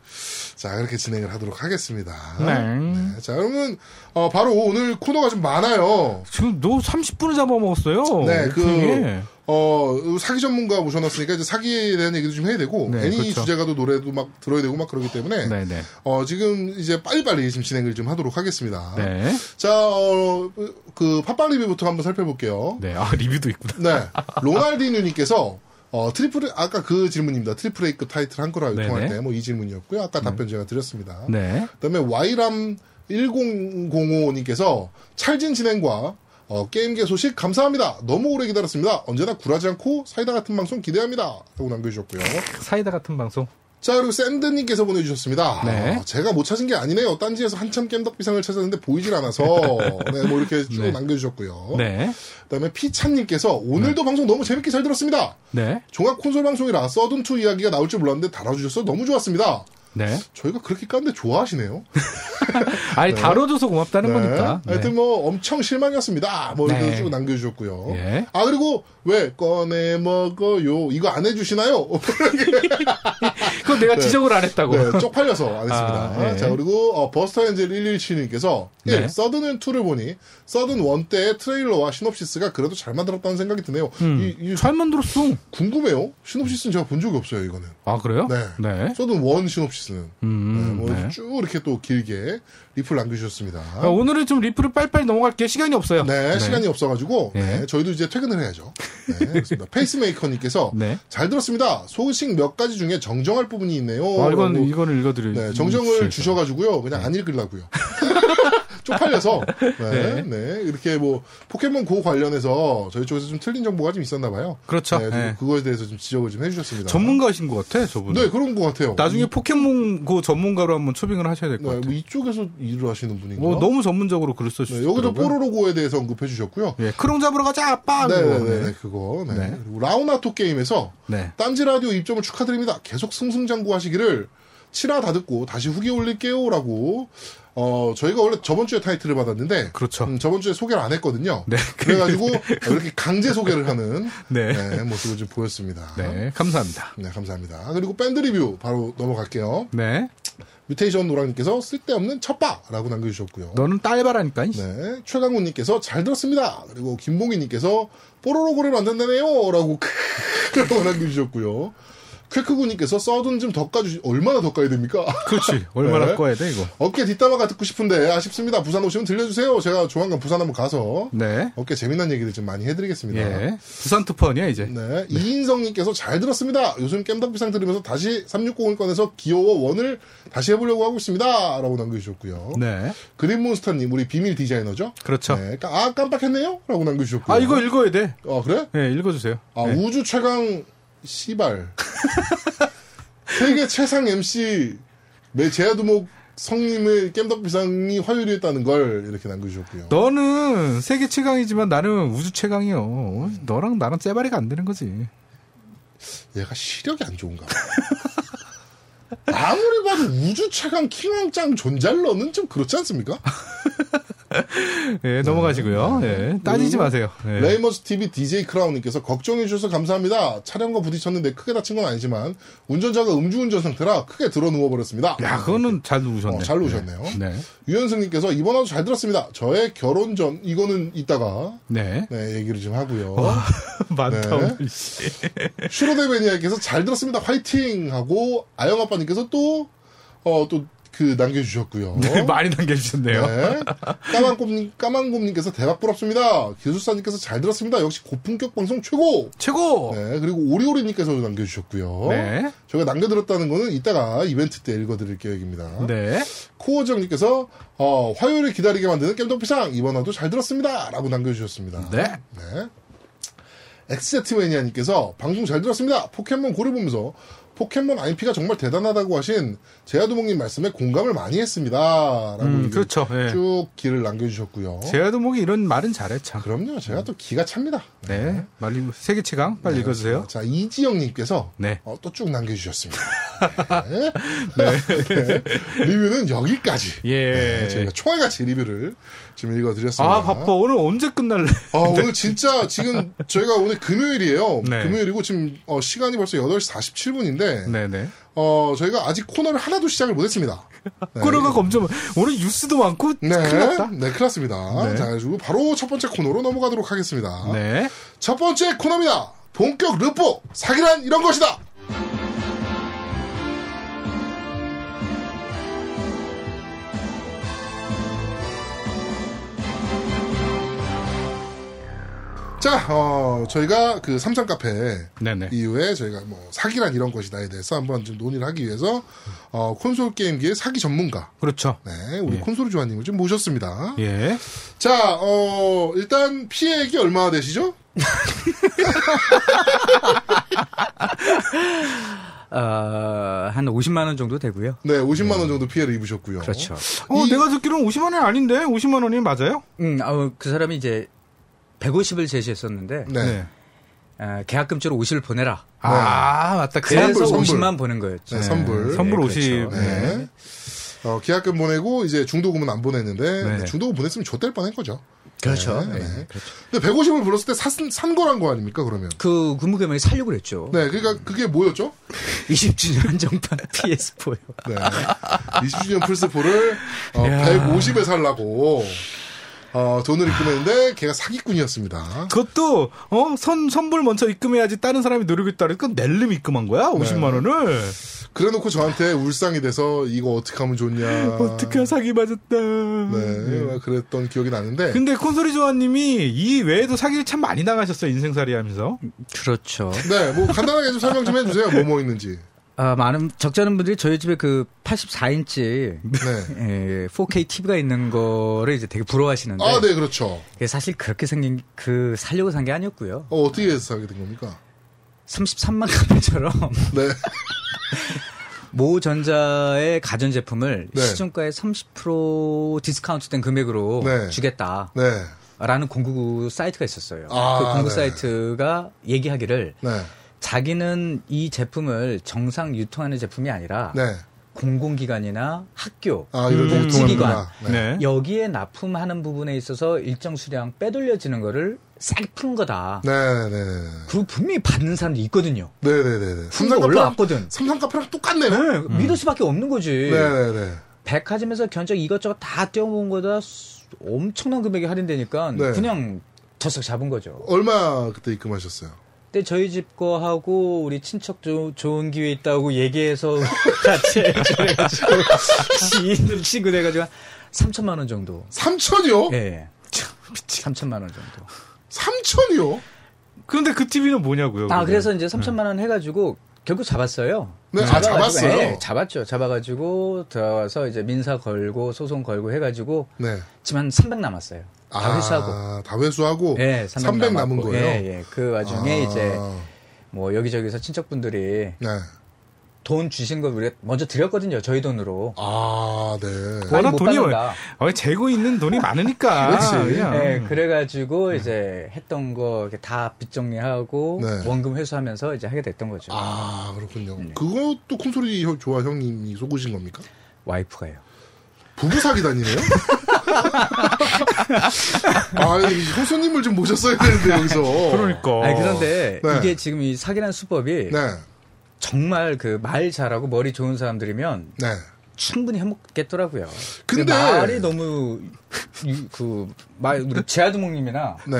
A: 자, 그렇게 진행을 하도록 하겠습니다.
C: 네.
A: 네, 자, 그러면, 어, 바로 오늘 코너가 좀 많아요.
C: 지금 너 30분을 잡아먹었어요.
A: 네, 그,
C: 오프닝에.
A: 어, 사기 전문가 모셔놨으니까 이제 사기에 대한 얘기도 좀 해야 되고,
C: 네,
A: 괜히
C: 그렇죠.
A: 주제가도 노래도 막 들어야 되고 막 그러기 때문에,
C: 네, 네.
A: 어, 지금 이제 빨리빨리 지금 진행을 좀 하도록 하겠습니다.
C: 네.
A: 자, 어, 그, 팟빵 리뷰부터 한번 살펴볼게요.
C: 네. 아, 리뷰도 있구나.
A: 네. 로날디뉴님께서 어, 트리플, 아까 그 질문입니다. 트리플 A급 타이틀 한글화 요청할
C: 네네.
A: 때, 뭐 이 질문이었고요. 아까 답변 제가 드렸습니다.
C: 네.
A: 그다음에 와이람 1005님께서 찰진 진행과 어, 게임계 소식 감사합니다. 너무 오래 기다렸습니다. 언제나 굴하지 않고 사이다 같은 방송 기대합니다. 라고 남겨주셨고요.
C: 그 사이다 같은 방송.
A: 자 그리고 샌드님께서 보내주셨습니다.
C: 네.
A: 아, 제가 못 찾은 게 아니네요. 딴지에서 한참 겜덕비상을 찾았는데 보이질 않아서 네, 뭐 이렇게 쭉
C: 네.
A: 남겨주셨고요.
C: 네.
A: 그다음에 피찬님께서 오늘도 방송 너무 재밌게 잘 들었습니다.
C: 네.
A: 종합 콘솔 방송이라 서든2 이야기가 나올 줄 몰랐는데 달아주셔서 너무 좋았습니다.
C: 네.
A: 저희가 그렇게 깠는데 좋아하시네요.
C: 아니, 다뤄줘서 고맙다는 거니까. 네.
A: 네. 하여튼 뭐 엄청 실망이었습니다. 뭐 이렇게
C: 네.
A: 쭉 남겨주셨고요.
C: 예.
A: 아 그리고 왜 꺼내 먹어요? 이거 안 해주시나요?
C: 그건 내가 지적을 안 했다고.
A: 네, 쪽팔려서 안 했습니다.
C: 아, 네.
A: 자 그리고 어, 버스터 엔젤 117님께서
C: 네.
A: 1. 서든은 2를 보니 서든 1 때의 트레일러와 시놉시스가 그래도 잘 만들었다는 생각이 드네요.
C: 음.
A: 이, 이
C: 잘 만들었어.
A: 궁금해요. 시놉시스는 제가 본 적이 없어요. 이거는.
C: 아, 그래요?
A: 네.
C: 네.
A: 서든 1 시놉시스는. 네,
C: 음,
A: 뭐
C: 네.
A: 쭉 이렇게 또 길게 리플 남겨주셨습니다.
C: 아, 오늘은 좀 리플을 빨리빨리 넘어갈게요. 시간이 없어요.
A: 네, 시간이 없어가지고
C: 네.
A: 네, 저희도 이제 퇴근을 해야죠. 네, 그렇습니다. 페이스메이커님께서
C: 네.
A: 잘 들었습니다. 소식 몇 가지 중에 정정할 부분이 있네요.
C: 아, 이건, 음,
A: 라고,
C: 이거는 읽어드려요.
A: 네, 정정을 주셔가지고요. 그냥 안 읽으려고요. 쪽팔려서 네,
C: 네.
A: 네, 이렇게 뭐 포켓몬 고 관련해서 저희 쪽에서 좀 틀린 정보가 좀 있었나 봐요.
C: 그렇죠.
A: 네, 좀
C: 네.
A: 그거에 대해서 좀 지적을 좀 해주셨습니다.
C: 전문가이신 것 같아, 저분.
A: 네, 그런 것 같아요.
C: 나중에 포켓몬 고 전문가로 한번 초빙을 하셔야 될 것
A: 네, 뭐
C: 같아요.
A: 이쪽에서 일을 하시는 분인가?
C: 어, 너무 전문적으로 글을
A: 네,
C: 써주셨어요.
A: 여기도 뽀로로고에 대해서 언급해 주셨고요.
C: 예, 크롱 잡으러 가자, 아빠!
A: 네네네 그거 네. 그리고 라우나토 게임에서
C: 네.
A: 딴지 라디오 입점을 축하드립니다. 계속 승승장구하시기를 7화 다 듣고 다시 후기 올릴게요라고 어 저희가 원래 저번 주에 타이틀을 받았는데
C: 그렇죠.
A: 음, 저번 주에 소개를 안 했거든요. 그래가지고 이렇게 강제 소개를 하는
C: 네.
A: 네, 모습을 좀 보였습니다.
C: 네, 감사합니다.
A: 네, 감사합니다. 그리고 밴드 리뷰 바로 넘어갈게요.
C: 네.
A: 뮤테이션 노랑님께서 쓸데없는 첫바라고 남겨주셨고요.
C: 너는 딸바라니까. 이씨.
A: 네, 최강훈님께서 잘 들었습니다. 그리고 김봉희님께서 뽀로로 고를 만든다네요라고 크게 남겨주셨고요. 쾌크구님께서 써둔 좀 덧가주 얼마나 덧가야 됩니까?
C: 그렇지. 얼마나
A: 네.
C: 꺼야 돼, 이거.
A: 어깨 뒷담화가 듣고 싶은데 아쉽습니다. 부산 오시면 들려주세요. 제가 조만간 부산 한번 가서
C: 네.
A: 어깨 재미난 얘기를 좀 많이 해드리겠습니다.
C: 예. 부산 특파원이야, 이제.
A: 네. 이인성님께서 잘 들었습니다. 요즘 깸덕비상 들으면서 다시 3601권에서 귀여워 원을 다시 해보려고 하고 있습니다. 라고 남겨주셨고요.
C: 네.
A: 그린몬스터님, 우리 비밀 디자이너죠?
C: 그렇죠.
A: 네. 까- 아, 깜빡했네요? 라고 남겨주셨고요.
C: 아, 이거 읽어야 돼.
A: 아, 그래?
C: 예, 읽어주세요.
A: 아,
C: 네.
A: 우주 최강, 씨발. 세계 최상 MC, 매 제야두목 성님의 깸덕비상이 화요일에 했다는 걸 이렇게 남겨주셨고요.
C: 너는 세계 최강이지만 나는 우주 최강이요. 너랑 나랑 째바리가 안 되는 거지.
A: 얘가 시력이 안 좋은가 봐. 아무리 봐도 우주 최강 킹왕짱 존잘러는 좀 그렇지 않습니까?
C: 예, 넘어가시고요. 예, 따지지
A: 그리고
C: 마세요. 예.
A: 네. 레이머스 TV DJ 크라운님께서 걱정해 주셔서 감사합니다. 차량과 부딪혔는데 크게 다친 건 아니지만 운전자가 음주운전 상태라 크게 들어 누워 버렸습니다.
C: 야, 그거는 잘 누우셨네.
A: 어, 잘 누우셨네요.
C: 네.
A: 유현승님께서 이번 화도 잘 들었습니다. 저의 결혼 전 이거는 이따가
C: 네.
A: 네, 얘기를 좀 하고요.
C: 어, 많다,
A: 네.
C: 오늘 씨. 네.
A: 슈로데베니아께서 잘 들었습니다. 화이팅 하고 아영 아빠님께서 또어또그 남겨주셨고요.
C: 네, 많이 남겨주셨네요.
A: 어? 네. 까만곰님, 까만곰님께서 대박 부럽습니다. 기술사님께서 잘 들었습니다. 역시 고품격 방송 최고!
C: 최고!
A: 네, 그리고 오리오리님께서도 남겨주셨고요.
C: 네.
A: 저희가 남겨드렸다는 거는 이따가 이벤트 때 읽어드릴 계획입니다.
C: 네.
A: 코어정님께서 어, 화요일을 기다리게 만드는 겜덕피상 이번 화도 잘 들었습니다. 라고 남겨주셨습니다.
C: 네.
A: 네. 엑세트매니아님께서 방송 잘 들었습니다. 포켓몬 고려보면서 포켓몬 IP가 정말 대단하다고 하신 제아두목님 말씀에 공감을 많이 했습니다. 라고
C: 음,
A: 이렇게
C: 그렇죠. 예.
A: 쭉 길을 남겨주셨고요.
C: 제아도 목이 이런 말은 잘해, 참.
A: 그럼요. 제가 또 기가 찹니다.
C: 네. 말리, 세계 최강?
A: 네.
C: 빨리 읽어주세요.
A: 자, 이지영님께서 어,
C: 네.
A: 또 쭉 남겨주셨습니다. 네. 네. 리뷰는 여기까지.
C: 예.
A: 네, 저희가 총알같이 리뷰를 지금 읽어드렸습니다.
C: 아, 바빠. 오늘 언제 끝날래?
A: 아, 오늘 진짜 지금 저희가 오늘 금요일이에요.
C: 네.
A: 금요일이고 지금 어, 시간이 벌써 8시 47분인데
C: 네네.
A: 어, 저희가 아직 코너를 하나도 시작을 못했습니다. 네.
C: 코너가 검점. 오늘 뉴스도 많고
A: 네,
C: 큰일 났다.
A: 네, 큰일 났습니다.
C: 네.
A: 자, 그리고 바로 첫 번째 코너로 넘어가도록 하겠습니다.
C: 네.
A: 첫 번째 코너입니다. 본격 르포 사기란 이런 것이다. 자, 어, 저희가 그 삼성 카페
C: 네네.
A: 이후에 저희가 뭐 사기란 이런 것이다에 대해서 한번 좀 논의를 하기 위해서 어, 콘솔 게임기의 사기 전문가,
C: 그렇죠.
A: 네, 우리
C: 예.
A: 콘솔 조아님을 좀 모셨습니다.
C: 예.
A: 자, 어, 일단 피해액이 얼마나 되시죠?
E: 어, 한 50만 원 정도 되고요.
A: 네, 50만 원 정도 피해를 입으셨고요.
E: 그렇죠.
C: 어,
A: 이-
C: 내가 듣기로는 50만 원이 아닌데? 50만 원이 맞아요?
E: 음, 아우, 그 사람이 이제 150을 제시했었는데
A: 네.
E: 어, 계약금으로 50을 보내라.
C: 아, 맞다.
E: 그래서
A: 선불, 선불.
E: 50만 보낸 거였죠.
A: 네, 선불.
C: 선불
E: 네,
C: 50.
E: 그렇죠.
A: 네. 어, 계약금 보내고 이제 중도금은 안 보냈는데
C: 네.
A: 네, 중도금 보냈으면 좆될 뻔한 거죠.
E: 그렇죠.
A: 네,
E: 네,
A: 네.
E: 그렇죠.
A: 근데 150을 불렀을 때 산, 산 거란 거 아닙니까 그러면?
E: 그 근무 계명이 살려고 그랬죠.
A: 네, 그러니까 그게 뭐였죠?
E: 20주년 한정판 PS4요.
A: 네. 20주년 플스4를 150에 살라고 어, 돈을 입금했는데 걔가 사기꾼이었습니다.
C: 그것도 어 선, 선불 먼저 입금해야지 다른 사람이 노리고 있다 그러니까 낼름 입금한 거야 50만 원을
A: 그래놓고 저한테 울상이 돼서 이거 어떻게 하면
C: 아.
A: 좋냐.
C: 어떻게 사기 맞았다
A: 네, 막 그랬던 기억이 나는데.
C: 근데 콘솔이 조아님이 이 외에도 사기를 참 많이 당하셨어요 인생살이 하면서
E: 그렇죠.
A: 네, 뭐 간단하게 좀 설명 좀 해주세요. 뭐 뭐 있는지.
E: 아, 많은 적잖은 분들이 저희 집에 그 84인치
A: 네.
E: 예, 4K TV가 있는 거를 이제 되게 부러워하시는데
A: 아, 네, 그렇죠.
E: 그게 사실 그렇게 생긴 그 살려고 산 게 아니었고요.
A: 어, 어떻게 해서 사게 된 겁니까?
E: 33만 카페처럼
A: 네.
E: 모 전자의 가전 제품을
A: 네.
E: 시중가의 30% 디스카운트된 금액으로
A: 네.
E: 주겠다라는
A: 네.
E: 공구 사이트가 있었어요.
A: 아,
E: 그 공구
A: 네.
E: 사이트가 얘기하기를
A: 네.
E: 자기는 이 제품을 정상 유통하는 제품이 아니라
A: 네.
E: 공공기관이나 학교,
A: 아, 이런 식으로
E: 복지기관
A: 통합니다. 네.
E: 여기에 납품하는 부분에 있어서 일정 수량 빼돌려지는 거를 싸게 푼 거다.
A: 네, 네, 네.
E: 그리고 분명히 받는 사람도 있거든요.
A: 네, 네, 네. 네.
E: 순서 올라왔거든.
A: 삼성 카페랑 똑같네요.
E: 네,
A: 네,
E: 믿을 수밖에 없는 거지.
A: 네, 네.
E: 백화점에서 견적 이것저것 다 떼어모은 거다 수- 엄청난 금액이 할인되니까
A: 네.
E: 그냥 저석 잡은 거죠.
A: 얼마 그때 입금하셨어요?
E: 그때 저희 집 거하고 우리 친척 조, 좋은 기회 있다고 얘기해서 같이 해줘가지고 지인들 친구 돼가지고 한 3천만 원 정도.
A: 삼천이요?
E: 예, 예. 3천만 원 정도.
A: 삼천이요?
C: 그런데 그 TV는 뭐냐고요?
E: 아,
C: 그게?
E: 그래서 이제 3천만 원 해가지고 결국 잡았어요.
A: 네, 아,
E: 잡아가지고,
A: 잡았어요?
E: 예, 잡았죠. 잡아가지고 들어와서 이제 민사 걸고 소송 걸고 해가지고
A: 네.
E: 지금 한 300 남았어요. 다 회수하고.
A: 다 회수하고.
E: 예,
A: 300 아. 남은
E: 남았고.
A: 거예요?
E: 예, 예. 그 와중에
A: 아,
E: 이제 뭐 여기저기서 친척분들이
A: 네.
E: 돈 주신 걸 우리가 먼저 드렸거든요. 저희 돈으로.
A: 아, 네.
E: 많이
C: 워낙
E: 못
C: 돈이
E: 받는다.
C: 어, 재고 있는 돈이 많으니까.
A: 아, 그렇지.
C: 그냥.
E: 예, 그래가지고 이제 했던 거 다 빚 정리하고
A: 네.
E: 원금 회수하면서 이제 하게 됐던 거죠.
A: 아, 그렇군요.
E: 네.
A: 그것도 콩소리 형- 좋아 형님이 속으신 겁니까?
E: 와이프가요.
A: 부부 사기 다니네요? 아, 이 형수님을 좀 모셨어야 되는데, 여기서.
C: 그러니까.
E: 아니, 그런데
A: 네.
E: 이게 지금 이 사기란 수법이
A: 네,
E: 정말 그 말 잘하고 머리 좋은 사람들이면
A: 네.
E: 충분히 해먹겠더라고요. 그
A: 근데-
E: 말이 너무 그말 우리 제아드몽님이나
A: 네.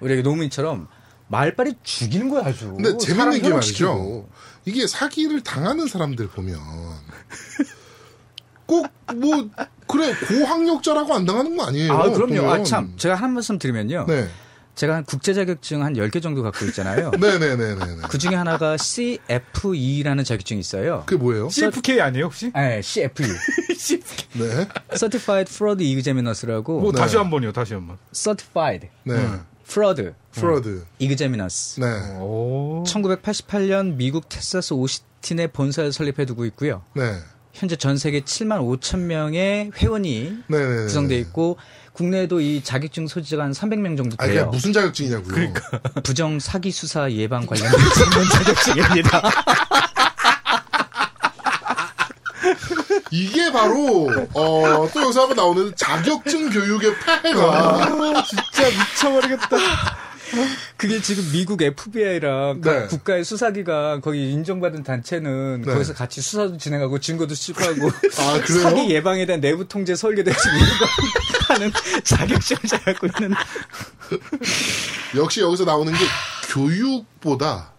E: 우리 노무인처럼 말빨이 죽이는 거야 아주.
A: 근데 재밌는 게
E: 뭐 사람
A: 말이죠.
E: 현혹시키고.
A: 이게 사기를 당하는 사람들 보면 꼭 뭐 그래 고학력자라고 안 당하는 거 아니에요.
E: 아 그럼요.
A: 보면.
E: 아 참 제가 한 말씀 드리면요.
A: 네.
E: 제가 한 국제 자격증 한 10개 정도 갖고 있잖아요.
A: 네, 네, 네, 네, 네.
E: 그 중에 하나가 CFE라는 자격증이 있어요.
A: 그게 뭐예요?
C: CFK 아니에요, 혹시?
E: 네, CFE.
A: 네.
E: Certified Fraud Examiners라고
C: 뭐
A: 네.
C: 다시 한 번이요, 다시 한 번.
E: Certified
A: 네.
E: Fraud 음.
A: 프로드.
E: Examiners.
A: 네.
C: 오.
E: 1988년 미국 텍사스 오시틴의 본사를 설립해 두고 있고요.
A: 네.
E: 현재 전 세계 7만 5천 명의 회원이
A: 네, 네, 네.
E: 구성돼 있고 국내에도 이 자격증 소지가 한 300명 정도
A: 아, 그게
E: 돼요.
A: 무슨 자격증이냐고요. 그러니까.
E: 부정 사기 수사 예방 관련 전문 자격증입니다.
A: 이게 바로 어, 또 여기서 한번 나오는 자격증 교육의 폐해가
C: 진짜 미쳐버리겠다.
E: 그게 지금 미국 FBI랑 그
A: 네.
E: 국가의 수사기관 거기 인정받은 단체는
A: 네.
E: 거기서 같이 수사도 진행하고 증거도 수집하고
A: 아, 그래요?
E: 사기 예방에 대한 내부 통제 설계도 지금 이런 거 하는 자격증을 잘 갖고 있는
A: 역시 여기서 나오는 게 교육보다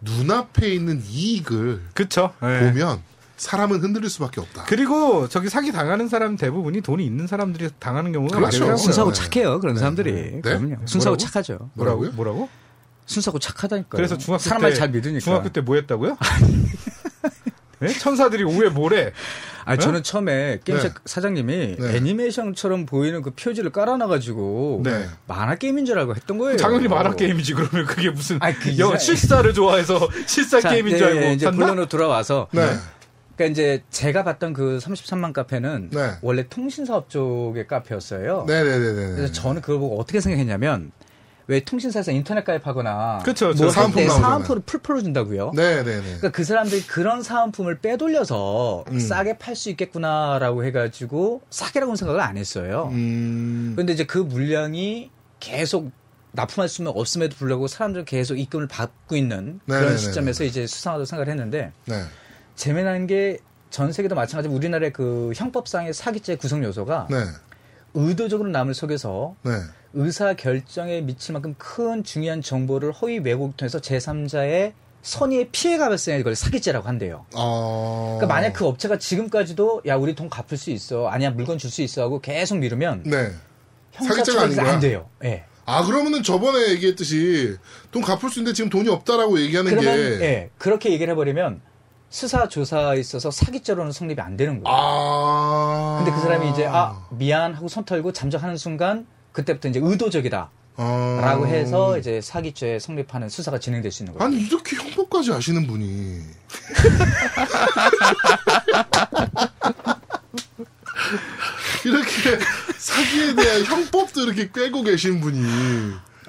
A: 눈앞에 있는 이익을
C: 그쵸. 예.
A: 보면 사람은 흔들릴 수밖에 없다.
C: 그리고 저기 사기 당하는 사람 대부분이 돈이 있는 사람들이 당하는 경우가
A: 그렇죠.
C: 많더라고요.
E: 순수하고
A: 네.
E: 착해요 그런 사람들이 그럼요 순수하고
C: 네. 뭐라고?
E: 착하죠
A: 뭐라고요?
C: 뭐라고?
E: 순수하고 착하다니까요
C: 그래서 중학교
E: 사람
C: 때-
E: 말잘 믿으니까
C: 중학교 때 뭐 했다고요? 예? 천사들이 오후에 뭐래? 네?
E: 아니, 저는 처음에 게임샵
A: 네.
E: 사장님이
A: 네.
E: 애니메이션처럼 보이는 그 표지를 깔아놔가지고
A: 네.
E: 만화 게임인 줄 알고 했던 거예요
C: 당연히 만화 게임이지 그러면 그게 무슨
E: 네. 어. 아니, 그
C: 영
E: 이상-
C: 실사를 좋아해서 실사
E: 자,
C: 게임인
E: 네,
C: 줄
E: 네,
C: 알고
E: 이제
C: 샀나?
E: 본론으로 돌아와서
A: 네.
E: 그러니까 이제 제가 봤던 그 33만 카페는
A: 네.
E: 원래 통신사업 쪽의 카페였어요.
A: 네네네네.
E: 그래서 저는 그걸 보고 어떻게 생각했냐면 왜 통신사에서 인터넷 가입하거나
C: 그쵸, 그쵸.
E: 뭐할
A: 사은품
E: 때
A: 나오잖아요.
E: 사은품을 풀풀어 준다고요.
A: 네네네.
E: 그러니까 그 사람들이 그런 사은품을 빼돌려서
A: 음.
E: 싸게 팔 수 있겠구나라고 해가지고 싸게라고는 생각을 안 했어요.
A: 음.
E: 그런데 이제 그 물량이 계속 납품할 수는 없음에도 불구하고 사람들은 계속 입금을 받고 있는 그런
A: 네네네네.
E: 시점에서 이제 수상하다고 생각을 했는데
A: 네.
E: 재미난 게 전 세계도 마찬가지로 우리나라의 그 형법상의 사기죄 구성 요소가
A: 네.
E: 의도적으로 남을 속여서
A: 네.
E: 의사 결정에 미칠 만큼 큰 중요한 정보를 허위 왜곡을 통해서 제3자의 선의의 피해가 발생해 이걸 사기죄라고 한대요.
A: 어.
E: 그러니까 만약 그 업체가 지금까지도 야 우리 돈 갚을 수 있어 아니야 물건 줄 수 있어 하고 계속 미루면
A: 네.
E: 형사
A: 사기죄가 아닌
E: 처벌이
A: 거야?
E: 안 돼요. 예.
A: 아, 그러면은 저번에 얘기했듯이 돈 갚을 수 있는데 지금 돈이 없다라고 얘기하는
E: 그러면
A: 게.
E: 예, 그렇게 얘기를 해버리면 수사 조사에 있어서 사기죄로는 성립이 안 되는 거예요.
A: 아.
E: 근데 그 사람이 이제 아 미안 하고 손 털고 잠적하는 순간 그때부터 이제 의도적이다라고
A: 아.
E: 해서 이제 사기죄 성립하는 수사가 진행될 수 있는 거예요.
A: 아니, 이렇게 형법까지 아시는 분이. 이렇게 사기에 대한 형법도 이렇게 꿰고 계신 분이.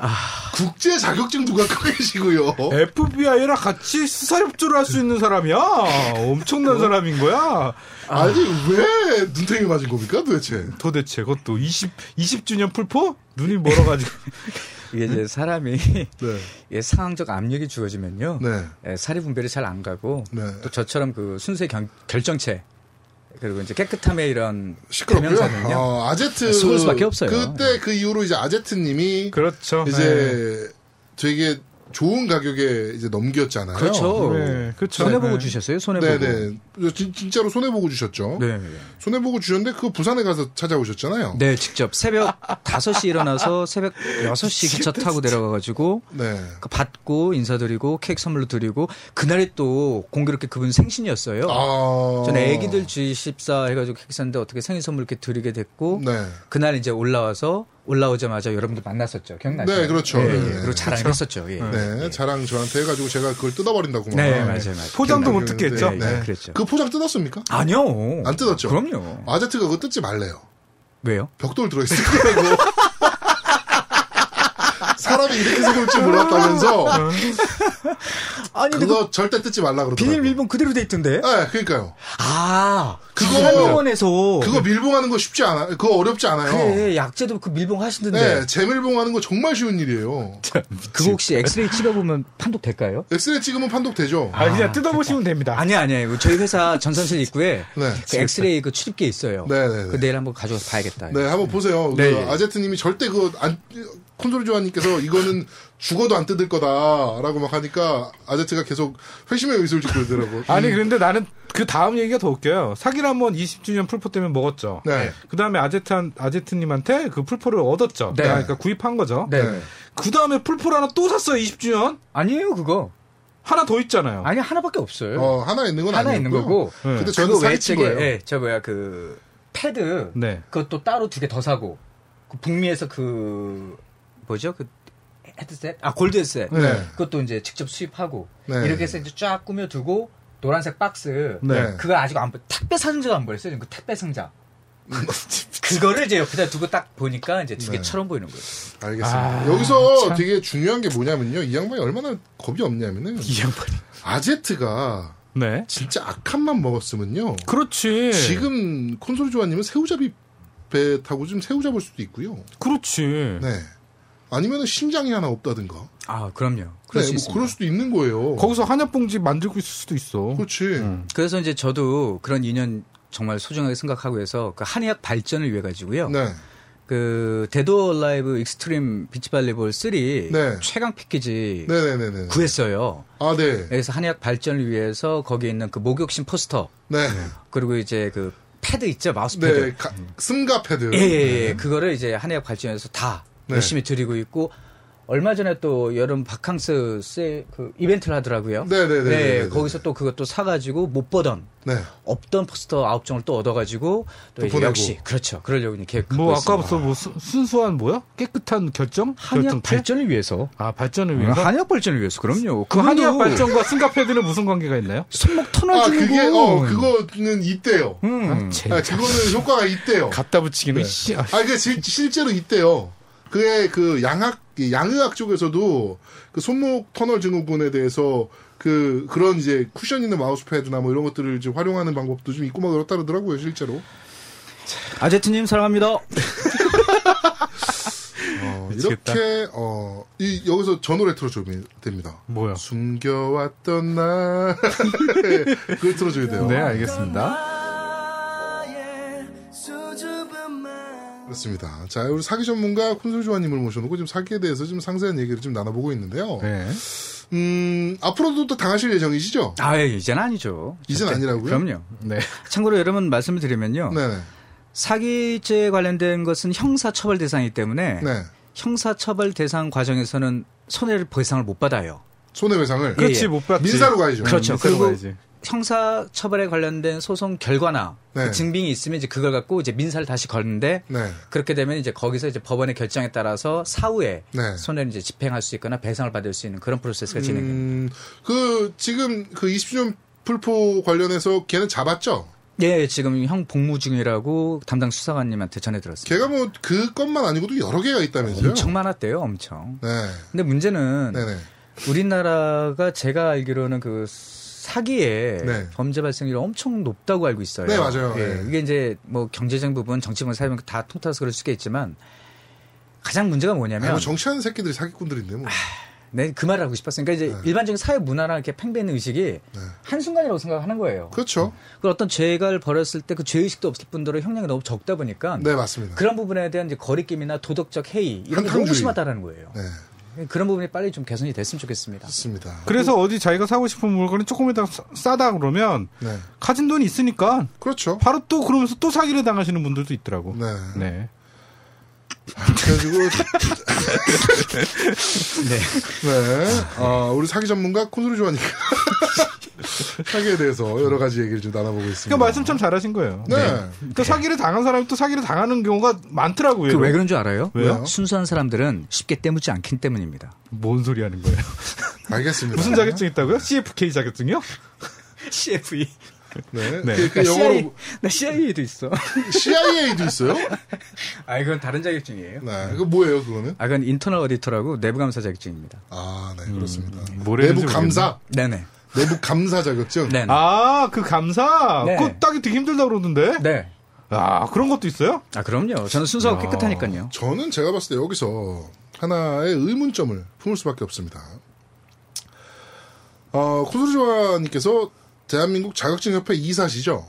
E: 아.
A: 국제 자격증도 갖고 계시고요.
E: 뭐.
C: FBI랑 같이 수사협조를 할 수 있는 사람이야.
E: 어?
C: 엄청난 사람인 거야.
A: 아니, 왜 눈탱이 맞은 겁니까, 도대체?
C: 도대체 그것도 20 20주년 풀포? 눈이 멀어가지고.
E: 아, 이게 이제 사람이
A: 네.
E: 이게 상황적 압력이 주어지면요.
A: 네.
E: 예, 사리 분별이 잘 안 가고
A: 네.
E: 또 저처럼 그 순수의 경- 결정체 그리고 이제 깨끗함의 이런
A: 시끄럽고요.
E: 대명사는요.
A: 어, 아제트
E: 속을 수밖에 없어요.
A: 그때 그 이후로 이제 아제트님이
C: 그렇죠.
A: 이제 되게 좋은 가격에 이제 넘겼잖아요.
E: 그렇죠.
C: 네, 그렇죠.
E: 손해보고
C: 네.
E: 주셨어요? 손해보고.
A: 네네. 진- 진짜로 손해보고 주셨죠.
E: 네. 네.
A: 손해보고 주셨는데 그거 부산에 가서 찾아오셨잖아요.
E: 네, 직접 새벽 5시 일어나서 새벽 6시 기차 타고 내려가가지고
A: 네.
E: 그 받고 인사드리고 케이크 선물로 드리고 그날에 또 공교롭게 그분 생신이었어요.
A: 아.
E: 저는 애기들 G14 해가지고 케이크 샀는데 어떻게 생일 선물 이렇게 드리게 됐고
A: 네.
E: 그날 이제 올라와서 올라오자마자 여러분들 만났었죠. 기억나죠?
A: 네, 그렇죠.
E: 예,
A: 네,
E: 예.
A: 네.
E: 그리고 자랑했었죠. 예.
A: 네. 자랑 저한테 해가지고 제가 그걸 뜯어버린다고.
E: 네,
A: 막.
E: 맞아요, 맞아요.
C: 포장도 못 듣게
A: 그랬는데,
C: 했죠.
E: 네, 네, 그랬죠. 네.
A: 그 포장 뜯었습니까?
E: 아니요.
A: 안 뜯었죠?
E: 그럼요.
A: 아제트가 그거 뜯지 말래요.
E: 왜요?
A: 벽돌 들어있을 거라고. 사람이 이렇게 생길 줄 몰랐다면서
E: 아니,
A: 그거 절대 뜯지 말라 그러더라고요.
E: 네. 비닐밀봉 그대로 돼 있던데?
A: 네, 그러니까요.
E: 아,
A: 그거-
E: 한의원에서
A: 그거 밀봉하는 거 쉽지 않아. 그거 어렵지 않아요.
E: 어, 네. 그래, 약재도 그 밀봉 하시던데.
A: 네, 재밀봉하는 거 정말 쉬운 일이에요.
E: 그거 혹시 엑스레이 찍어보면 판독 될까요?
A: 엑스레이 찍으면 판독 되죠.
F: 아, 그냥 뜯어보시면 됩니다.
E: 그러니까. 아니, 아니, 아니. 저희 회사 전산실 입구에
A: 네.
E: 그 엑스레이 그 출입계 있어요.
A: 네, 네, 네.
E: 그 내일 한번 가져가서 봐야겠다.
A: 네, 한번 보세요. 그 아제트님이 절대 그 안, 콘솔 조아님께서 이거는 죽어도 안 뜯을 거다라고 막 하니까 아제트가 계속 회심의 의술 짓고 음. 있더라고.
C: 아니 그런데 나는 그 다음 얘기가 더 웃겨요. 사기를 한번 20주년 풀포 때문에 먹었죠.
A: 네.
C: 그 다음에 아제트 아제트님한테 그 풀포를 얻었죠.
E: 네.
C: 그러니까 구입한 거죠.
E: 네.
A: 네.
C: 그 다음에 풀포를 하나 또 샀어요. 20주년
E: 아니에요, 그거.
C: 하나 더 있잖아요.
E: 아니, 하나밖에 없어요.
A: 어, 하나 있는 건
E: 네. 하나
A: 아니었고요.
E: 있는 거고. 네.
A: 근데
E: 그거
A: 저는
E: 외
A: 사기친
E: 책에,
A: 거예요.
E: 예, 저 뭐야, 그, 패드.
C: 네.
E: 그것도 따로 두 개 더 사고. 그 북미에서 그, 뭐죠? 그, 헤드셋? 아, 골드 헤드셋.
A: 네.
E: 그것도 이제 직접 수입하고.
A: 네.
E: 이렇게 해서 이제 쫙 꾸며두고, 노란색 박스.
A: 네.
E: 그거 아직 안, 버- 택배 상자도 안 버렸어요. 지금 그 택배 상자. 그거를 이제 옆에다 두고 딱 보니까 이제
A: 네.
E: 두 개처럼 보이는 거예요.
A: 알겠습니다. 여기서 되게 중요한 게 뭐냐면요. 이 양반이 얼마나 겁이 없냐면은
E: 이 양반이.
A: 아제트가
C: 네.
A: 진짜 악한만 먹었으면요.
C: 그렇지.
A: 지금 콘솔 조아님은 새우잡이 배 타고 지금 새우 잡을 수도 있고요.
C: 그렇지.
A: 네. 아니면은 심장이 하나 없다든가.
E: 아, 그럼요.
A: 네,
E: 그럴 수 있습니다.
A: 뭐 그럴 수도 있는 거예요.
C: 거기서 한약봉지 만들고 있을 수도 있어.
A: 그렇지.
E: 그래서 이제 저도 그런 인연 정말 소중하게 생각하고 해서 그 한의학 발전을 위해 가지고요.
A: 네.
E: 그 데도 라이브 익스트림 비치발리볼 3
A: 네.
E: 최강 패키지
A: 네네네네.
E: 구했어요.
A: 아, 네.
E: 그래서 한의학 발전을 위해서 거기에 있는 그 목욕신 포스터
A: 네.
E: 그리고 이제 그 패드 있죠 마우스 패드.
A: 네. 가- 승가 패드.
E: 예, 예, 예. 그거를 이제 한의학 발전에서 다
A: 그, 네.
E: 열심히 드리고 있고 얼마 전에 또 여름 바캉스 세, 그 이벤트를 하더라고요.
A: 네, 네, 네, 네, 네.
E: 거기서 또 그것도 사가지고 못 보던
A: 네.
E: 없던 포스터 아홉 장을 또 얻어가지고 또,
A: 또
E: 이제
A: 보내고.
E: 역시 그렇죠. 그러려고 이제 계획하고
C: 뭐
E: 있습니다.
C: 아까부터 뭐 순- 순수한 뭐야? 깨끗한 결정?
E: 한의학
C: 결정체?
E: 발전을 위해서.
C: 아 발전을 위해서.
E: 음, 한의학 발전을 위해서 그럼요.
C: 그 한의학
E: 그분도
C: 발전과 승가패드는 무슨 관계가 있나요?
E: 손목 터널
A: 아,
E: 주는
A: 그게,
E: 거.
A: 어, 그거는 있대요.
E: 음.
A: 아, 그거는 효과가 있대요.
C: 갖다 붙이기는. 씨, 아,
A: 아, 이게 실, 실제로 있대요. 그게 그 양학, 양의학 쪽에서도 그 손목 터널 증후군에 대해서 그, 그런 이제 쿠션 있는 마우스패드나 뭐 이런 것들을 이제 활용하는 방법도 좀 있고 막 그렇다 그러더라고요, 실제로.
E: 아제트님 사랑합니다.
A: 어,
C: 미치겠다.
A: 이렇게, 어, 이, 여기서 저 노래 틀어주면 됩니다.
C: 뭐야?
A: 숨겨왔던 날. 그걸 틀어줘야 돼요.
C: 네 알겠습니다.
A: 그렇습니다. 자, 우리 사기 전문가 콘솔조아님을 모셔놓고 지금 사기에 대해서 좀 상세한 얘기를 좀 나눠보고 있는데요.
C: 네.
A: 음, 앞으로도 또 당하실 예정이시죠?
E: 아, 예, 이젠 아니죠.
A: 이젠
E: 절대.
A: 아니라고요?
E: 그럼요.
C: 네.
E: 참고로 여러분 말씀을 드리면요.
A: 네네.
E: 사기죄에 관련된 것은 형사 처벌 대상이기 때문에
A: 네.
E: 형사 처벌 대상 과정에서는 손해를 보상을 못 받아요.
A: 손해배상을.
E: 예,
C: 그렇지
E: 예.
C: 못 봤지.
A: 민사로 가야죠.
E: 그렇죠.
C: 민사로
E: 그리고
C: 가야지.
E: 형사 처벌에 관련된 소송 결과나
A: 네.
E: 그 증빙이 있으면 이제 그걸 갖고 이제 민사를 다시 걸는데
A: 네.
E: 그렇게 되면 이제 거기서 이제 법원의 결정에 따라서 사후에
A: 네.
E: 손해를 이제 집행할 수 있거나 배상을 받을 수 있는 그런 프로세스가 진행됩니다.
A: 음, 그, 지금 그 20주년 풀포 관련해서 걔는 잡았죠?
E: 예, 지금 형 복무 중이라고 담당 수사관님한테 전해 들었습니다.
A: 걔가 뭐 그 것만 아니고도 여러 개가 있다면서요?
E: 엄청 많았대요, 엄청.
A: 네.
E: 근데 문제는
A: 네네.
E: 우리나라가 제가 알기로는 그 사기에
A: 네.
E: 범죄 발생률이 엄청 높다고 알고 있어요.
A: 네, 맞아요.
E: 예,
A: 네.
E: 이게 이제 뭐 경제적 부분, 정치적 사회적 부분 다 통틀어서 그럴 수 있겠지만 가장 문제가
A: 아니,
E: 뭐냐면
A: 뭐 정치하는 새끼들이 사기꾼들인데 뭐.
E: 네, 그 말을 하고 싶었어요. 그러니까
A: 네.
E: 이제 일반적인 사회 문화나 이렇게 팽배는 의식이 한순간이라고 생각하는 거예요. 그
A: 그렇죠.
E: 어떤 죄를 벌였을 때 그 죄의식도 없을 뿐더러 형량이 너무 적다 보니까
A: 네, 맞습니다.
E: 그런 부분에 대한 이제 거리낌이나 도덕적 해이 이런 게 너무
A: 한탕주의.
E: 심하다라는 거예요.
A: 네.
E: 그런 부분이 빨리 좀 개선이 됐으면 좋겠습니다.
A: 좋습니다.
C: 그래서 어디 자기가 사고 싶은 물건이 조금이라도 싸- 싸다 그러면
A: 네.
C: 가진 돈이 있으니까
A: 그렇죠.
C: 바로 또 그러면서 또 사기를 당하시는 분들도 있더라고.
A: 네.
C: 네.
A: 그래가지고 네. 아, 우리 사기 전문가 콘솔이 좋아하니까 사기에 대해서 여러 가지 얘기를 좀 나눠보고 있습니다.
C: 그러니까 말씀 참 잘하신 거예요.
A: 네.
C: 또 사기를 당한 사람이 또 사기를 당하는 경우가 많더라고요.
E: 그 왜 그런 줄 알아요?
A: 왜요?
E: 순수한 사람들은 쉽게 때묻지 않기 때문입니다.
C: 뭔 소리 하는 거예요?
A: 알겠습니다.
C: 무슨 자격증 있다고요? CFK 자격증이요?
A: E.
E: CFE.
A: 네.
C: 네.
A: 그, 그
E: 나 CIA,
A: 영어로
E: 나 CIA도 있어.
A: CIA도 있어요?
E: 아, 이건 다른 자격증이에요.
A: 네. 그거 뭐예요, 그거는?
E: 아, 그건 인터널 어디터라고 내부 감사 자격증입니다.
A: 아, 네, 그렇습니다.
C: 뭐래요,
A: 내부
C: 지금
A: 감사,
E: 네네.
A: 내부 감사 자격증.
E: 네네.
C: 아, 그 감사.
E: 네.
C: 그거 따기 되게 힘들다 그러던데.
E: 네.
C: 아, 그런 것도 있어요?
E: 아, 그럼요. 저는 순수하고 깨끗하니까요.
A: 저는 제가 봤을 때 여기서 하나의 의문점을 품을 수밖에 없습니다. 어, 코소리와님께서 대한민국 자격증협회 이사시죠?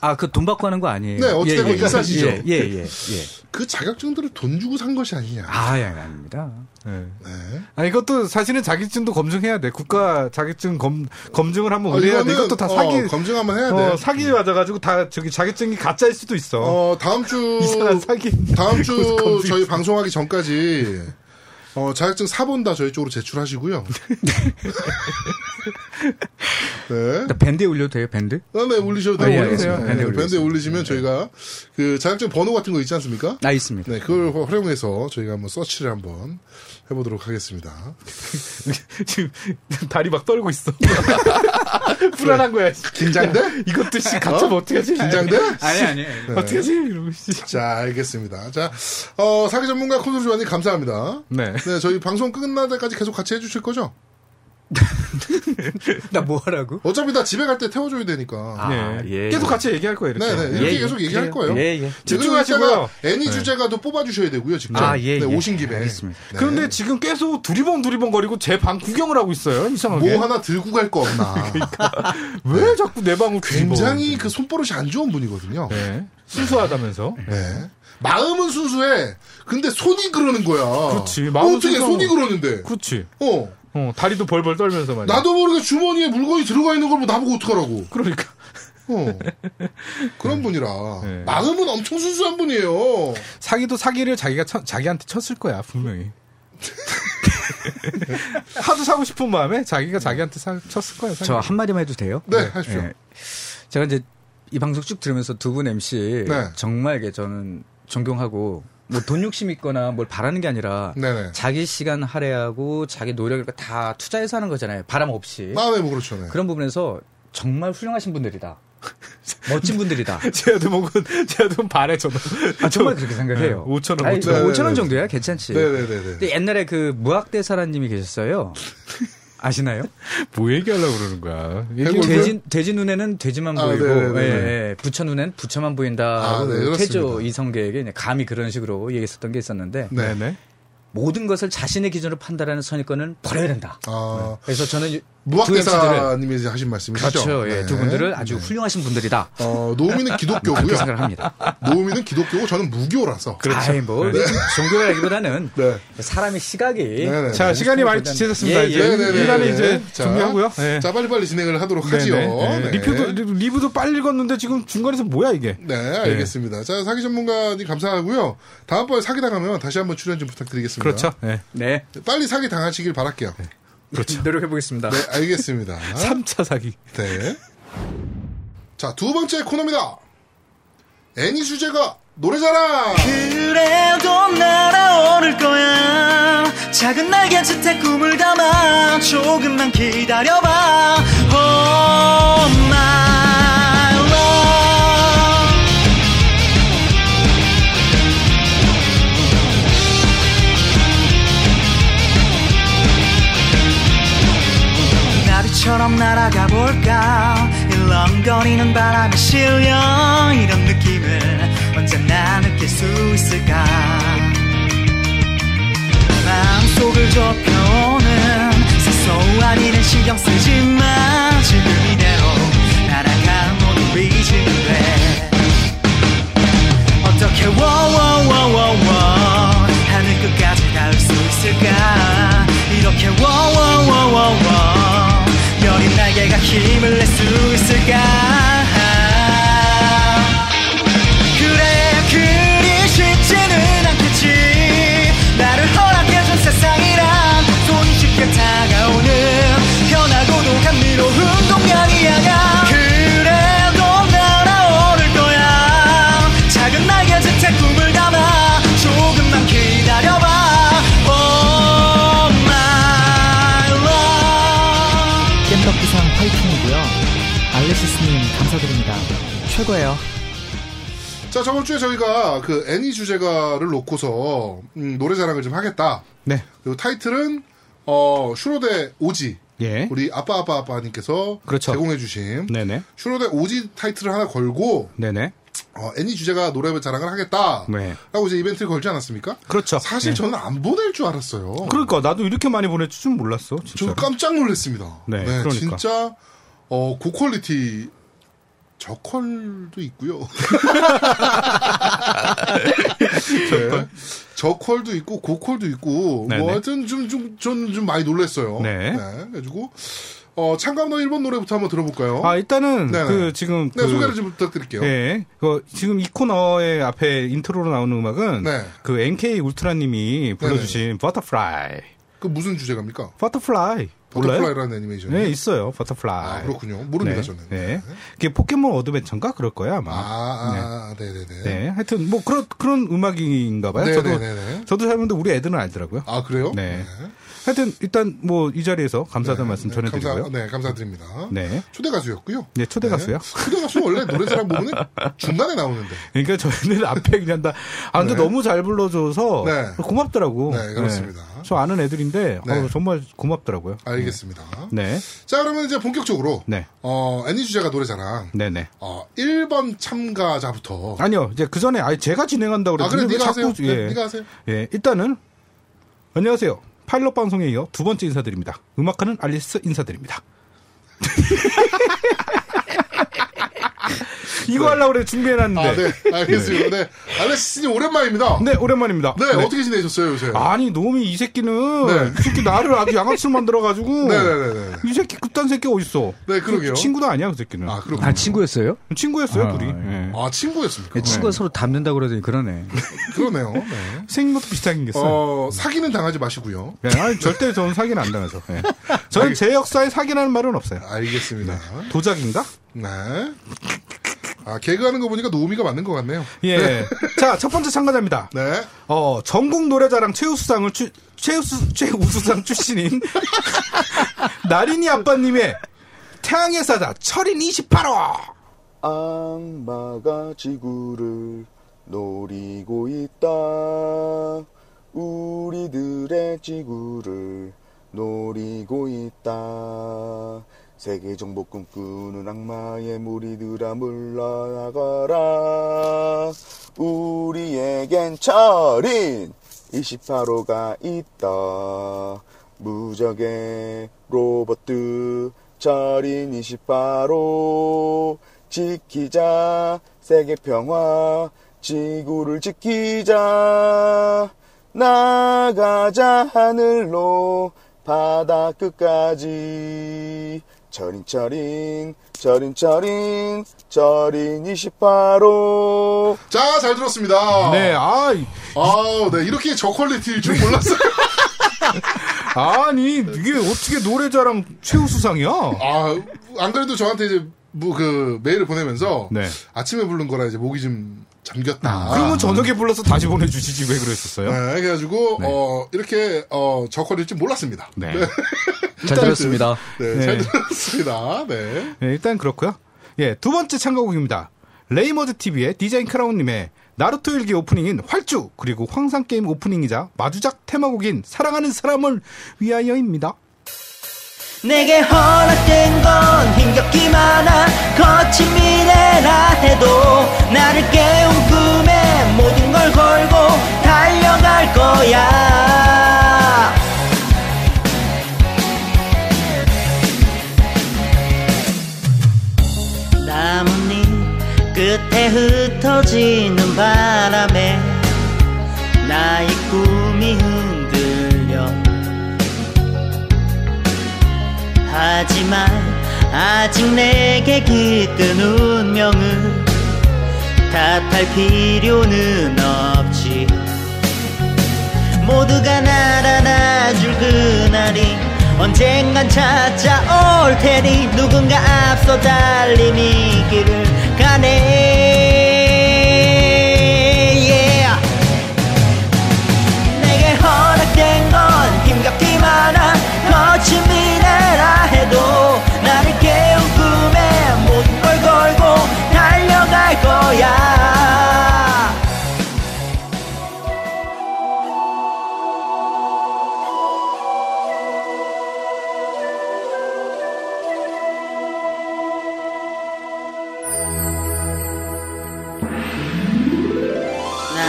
E: 아, 그 돈 받고 하는 거 아니에요?
A: 네, 어찌됐건
E: 예, 예.
A: 이사시죠.
E: 예, 예, 예. 예.
A: 그 자격증들을 돈 주고 산 것이 아니냐.
E: 아, 예, 아닙니다.
C: 네.
A: 네.
C: 아, 이것도 사실은 자격증도 검증해야 돼. 국가 자격증 검, 검증을 한번
A: 아,
C: 의뢰해야
A: 이거는,
C: 어, 돼. 이것도 다 사기,
A: 어, 검증 한번 해야
C: 어,
A: 돼.
C: 사기에 맞아가지고 다 저기 자격증이 가짜일 수도 있어.
A: 어, 다음 주
C: 이상한 사기인데.
A: 다음 주
C: 거기서 검증.
A: 저희 방송하기 전까지 어, 자격증 사본다 저희 쪽으로 제출하시고요. 네.
E: 나 밴드에 올려도 돼요, 밴드?
A: 아, 네, 올리셔도
C: 아,
A: 되고.
C: 예, 올리세요.
A: 네,
E: 밴드에
A: 밴드에,
E: 올리겠습니다.
A: 올리시면 저희가 그 자격증 번호 같은 거 있지 않습니까?
E: 나 있습니다.
A: 네, 그걸 활용해서 저희가 한번 서치를 한번 해보도록 하겠습니다.
C: 지금 다리 막 떨고 있어. 불안한 거야. 씨.
A: 긴장돼?
C: 이것도 씨 같이 면 어떻게 하지?
A: 긴장돼? 네.
E: 아니, 아니.
C: 어떻게 하지? 이러고 씨.
A: 자, 알겠습니다. 자, 어, 사기 전문가 콘솔 조아님 감사합니다.
C: 네.
A: 네, 저희 방송 끝날 때까지 계속 같이 해주실 거죠?
E: 나 뭐 하라고?
A: 어차피 나 집에 갈 때 태워줘야 되니까.
C: 네.
E: 예,
C: 계속
E: 예.
C: 같이 얘기할 거예요. 이렇게.
A: 네, 네. 이렇게
E: 예,
A: 계속
E: 예.
A: 얘기할 거예요.
E: 예, 예.
A: 집중하시고요.
C: 집중하시고요.
A: 애니 주제가도 뽑아주셔야 되고요, 직접.
E: 아, 예,
A: 네,
E: 예.
A: 오신 김에.
E: 알겠습니다.
A: 네.
C: 그런데 지금 계속 두리번 두리번 거리고 제 방 구경을 하고 있어요. 이상하게.
A: 뭐 하나 들고 갈 거 없나.
C: 왜 자꾸 내 방을 뒤집어?
A: 굉장히 그 손버릇이 안 좋은 분이거든요. 네.
C: 네. 순수하다면서.
A: 마음은 순수해. 근데 손이 그러는 거야.
C: 그렇지. 마음은
A: 어떻게
C: 순수하고.
A: 손이 그러는데.
C: 그렇지.
A: 어.
C: 어, 다리도 벌벌 떨면서 말이야.
A: 나도 모르게 주머니에 물건이 들어가 있는 걸 뭐 나보고 어떡하라고.
C: 그러니까.
A: 어. 그런 분이라.
C: 네.
A: 마음은 엄청 순수한 분이에요.
C: 사기도 사기를 자기가 쳐- 자기한테 쳤을 거야 분명히. 하도 사고 싶은 마음에 자기가 자기한테 사- 쳤을 거야. 사기.
E: 저 한마디만 해도 돼요?
A: 네, 하십시오.
E: 예. 제가 이제 이 방송 쭉 들으면서 두 분 MC
A: 네.
E: 정말 이게 저는 존경하고 뭐 돈 욕심 있거나 뭘 바라는 게 아니라
A: 네네.
E: 자기 시간 할애하고 자기 노력을 다 투자해서 하는 거잖아요. 바람 없이.
A: 마음에 뭐 그렇죠. 네.
E: 그런 부분에서 정말 훌륭하신 분들이다. 멋진 분들이다.
C: 제아도목은 제아도 반에 저도.
E: 아, 정말 그렇게 생각해요.
C: 5천 원. 5천 원.
E: 아니, 저
A: 네, 원.
E: 5천 원 정도야 괜찮지.
A: 네네네네.
E: 근데 옛날에 그 무학대사라님이 계셨어요. 아시나요?
C: 뭐 얘기하려고 그러는 거야.
A: 해골-
C: 얘기...
E: 돼지, 돼지 눈에는 돼지만
A: 아,
E: 보이고
A: 네네네.
E: 예, 예. 부처 눈엔 부처만 보인다.
A: 아, 네,
E: 고
A: 그렇습니다.
E: 태조 이성계에게 이제 감히 그런 식으로 얘기했었던 게 있었는데
A: 네.
C: 네네.
E: 모든 것을 자신의 기준으로 판단하는 선입견은 버려야 된다.
A: 아,
E: 그래서 저는 두 MC들을
A: 무학대사님이 이제 하신 말씀이시죠?
E: 그렇죠. 예,
A: 네.
E: 두 분들을 아주 훌륭하신 분들이다.
A: 어, 노우미는
E: 그렇게
A: 기독교고요.
E: 생각을 합니다.
A: 노우미는 기독교고 저는 무교라서.
E: 아이, 뭐, 종교라기보다는
A: 그렇죠. 네.
E: 사람의 시각이
A: 네네.
C: 자 시간이 많이 지체됐습니다.
E: 예,
C: 이제
A: 네네네.
C: 일단은 이제
A: 자,
C: 정리하고요. 네.
A: 자, 빨리빨리 진행을 하도록
C: 네네.
A: 하지요.
C: 네.
A: 네.
C: 리뷰도 리- 리뷰도 빨리 읽었는데 지금 중간에서 뭐야 이게?
A: 네, 알겠습니다. 자, 사기 전문가님 감사하고요. 다음번에 사기 당하면 다시 한번 출연 좀 부탁드리겠습니다.
C: 그렇죠. 네.
E: 네.
A: 빨리 사기 당하시길 바랄게요. 네,
E: 노력해 보겠습니다.
A: 알겠습니다.
C: 3차 사기.
A: 네. 자, 두 번째 코너입니다. 애니 주제가 노래자랑!
F: 그래도 날아오를 거야 작은 날개짓에 꿈을 담아 조금만 기다려봐 Oh my love 나비처럼 날아가 볼까 일렁거리는 바람에 실려 이런 느낌을 언제나 느낄 수 있을까 마음속을 좁혀오는 사소한 일은 신경 쓰지 마 지금 이대로 날아가 모두 잊을래 어떻게 워워워워워 하늘 끝까지 닿을 수 있을까 힘을 낼 수 있을까 그래 그리 쉽지는 않겠지 나를 허락해준 세상이란 손이 쉽게 다가오는 편하고도 감미로운 동양이야가 그래도 날아오를 거야 작은 날개짓에 꿈을 담아 조금만 기다려봐 Oh my love
G: 깻덕기상 화이팅이고요. 알레시스님 감사드립니다. 최고예요.
A: 자 저번 주에 저희가 그 애니 주제가를 놓고서 음, 노래 자랑을 좀 하겠다.
C: 네.
A: 그리고 타이틀은 어 슈로데 오지
C: 예.
A: 우리 아빠 아빠 아빠님께서
C: 그렇죠.
A: 제공해주신
C: 네네.
A: 슈로데 오지 타이틀을 하나 걸고
C: 네네.
A: 어, 애니 주제가 노래 자랑을 하겠다.
C: 네.
A: 라고 이제 이벤트를 걸지 않았습니까?
C: 그렇죠.
A: 사실
C: 네.
A: 저는 안 보낼 줄 알았어요.
C: 그러니까 나도 이렇게 많이 보낼 줄 몰랐어. 진짜.
A: 저도 깜짝 놀랐습니다.
C: 네, 그러니까.
A: 진짜 어, 고퀄리티 저퀄도 있고요. 네, 저퀄도 있고 고퀄도 있고
C: 네,
A: 뭐
C: 네.
A: 하여튼 좀 좀 저는 좀 많이 놀랐어요.
C: 네.
A: 그래가지고 어, 참가너 1번 노래부터 한번 들어볼까요?
C: 아 일단은
A: 네네.
C: 그 지금
A: 네,
C: 그-
A: 소개를 좀 부탁드릴게요.
C: 예. 그 지금 이 코너의 앞에 인트로로 나오는 음악은
A: 네.
C: 그 NK 울트라님이 불러주신 Butterfly.
A: 그 무슨 주제가입니까?
C: Butterfly. 몰라요?
A: 버터플라이라는 애니메이션.
C: 네, 있어요. Butterfly.
A: 아, 그렇군요. 모릅니다,
C: 네.
A: 저는.
C: 네. 그게 포켓몬 어드벤처인가 그럴 거야 아마.
A: 아, 아, 네. 네네네.
C: 네. 하여튼 뭐 그런 그런 음악인가봐요.
A: 네,
C: 저도
A: 네, 네, 네.
C: 저도 잘 모르는데 우리 애들은 알더라고요.
A: 아, 그래요?
C: 네. 하여튼 일단 뭐 이 자리에서 감사하다는 말씀 전해드리고요.
A: 감사, 네, 감사드립니다.
C: 네.
A: 초대 가수였고요.
C: 네, 초대 가수요?
A: 초대 가수 원래 노래 사랑 부분은 중간에 나오는데.
C: 그러니까 저희는 앞에 그냥 다, 아, 근데
A: 네.
C: 너무 잘 불러줘서
A: 네.
C: 고맙더라고.
A: 네, 그렇습니다.
C: 네. 저 아는 애들인데
A: 네.
C: 어, 정말 고맙더라고요.
A: 알겠습니다.
C: 네.
A: 자, 그러면 이제 본격적으로
C: 네.
A: 어, 애니 주제가 노래 자랑.
C: 네, 네.
A: 어, 1번 참가자부터.
C: 아니요, 이제 그 전에 아예 제가 진행한다고
A: 아,
C: 그랬는데
A: 그래,
C: 왜
A: 네가
C: 자꾸
A: 하세요.
C: 예.
A: 네, 네가 하세요.
C: 예, 일단은 안녕하세요. 파일럿 방송에 이어 두 번째 인사드립니다. 음악하는 알리스 인사드립니다. 이거 하려고 그래 준비해놨는데.
A: 아, 네. 알겠습니다. 네. 알렉스님 오랜만입니다.
C: 네, 오랜만입니다.
A: 네, 어떻게 지내셨어요, 요새?
C: 아니 놈이 이 새끼는
A: 네.
C: 이 새끼 나를 아주 양아치로 만들어가지고
A: 네네네네.
C: 이 새끼 그딴 새끼 어딨어?
A: 네, 그러게요.
C: 그 친구도 아니야 그 새끼는.
A: 아, 그렇군요.
E: 아 친구였어요?
C: 친구였어요
E: 아,
C: 둘이.
E: 예.
C: 예.
A: 아, 친구였습니까?
E: 네, 친구가 서로 닮는다 고 그러더니 그러네.
A: 그러네요. 네.
C: 생긴 것도 비슷하게 생겼어요.
A: 어, 사기는 당하지 마시고요.
C: 예, 아니, 절대 저는 사기는 안 당해서. 예. 저는 제 역사에 사기라는 말은 없어요.
A: 알겠습니다.
C: 도작인가?
A: 네. 아, 개그하는 거 보니까 노우미가 맞는 것 같네요.
C: 예. 자, 첫 번째 참가자입니다.
A: 네.
C: 어, 전국 노래자랑 최우수상을 추, 최우수, 최우수상 출신인 나린이 아빠님의 태양의 사자 철인 28호!
H: 악마가 지구를 노리고 있다. 우리들의 지구를 노리고 있다. 세계 정복 꿈꾸는 악마의 무리들아 물러나가라. 우리에겐 철인 28호가 있다. 무적의 로봇들 철인 28호 지키자 세계 평화 지구를 지키자 나가자 하늘로 바다 끝까지 철인 철인 철인 철인 철인 28호
A: 자, 잘 들었습니다.
C: 네, 아, 이-
A: 아우, 네. 이렇게 저퀄리티일 줄 몰랐어요.
C: 아니, 이게 어떻게 노래자랑 최우수상이야?
A: 아, 안 그래도 저한테 이제, 뭐, 그, 메일을 보내면서.
C: 네. 아,
A: 아침에 부른 거라 이제 목이 좀 잠겼다.
C: 그러면 저녁에 불러서 다시 보내주시지 왜 그랬었어요?
A: 네, 그래가지고, 어, 이렇게, 어, 저퀄일 줄 몰랐습니다.
C: 네.
E: 잘 들었습니다.
A: 네, 잘 들었습니다. 네.
C: 예, 일단 그렇고요. 예, 두 번째 참가곡입니다. 레이머드 TV의 디자인 크라운님의 나루토 일기 오프닝인 활주 그리고 황산 게임 오프닝이자 마주작 테마곡인 사랑하는 사람을 위하여입니다.
F: 내게 허락된 건 힘겹기만 한 거친 미래라 해도 나를 깨운 꿈에 모든 걸 걸고 달려갈 거야 나뭇잎 끝에 흩어지는 바람에 나의 꿈이 흔들려 하지만 아직 내게 깃든 운명은 탓할 필요는 없지 모두가 날 안아줄 그날이 언젠간 찾아올 테니 누군가 앞서 달린 이 길을 가네 yeah. 내게 허락된 건 힘겹기만 한 거친 미래라 해도 나를 깨운 꿈에 모든 걸 걸고 달려갈 거야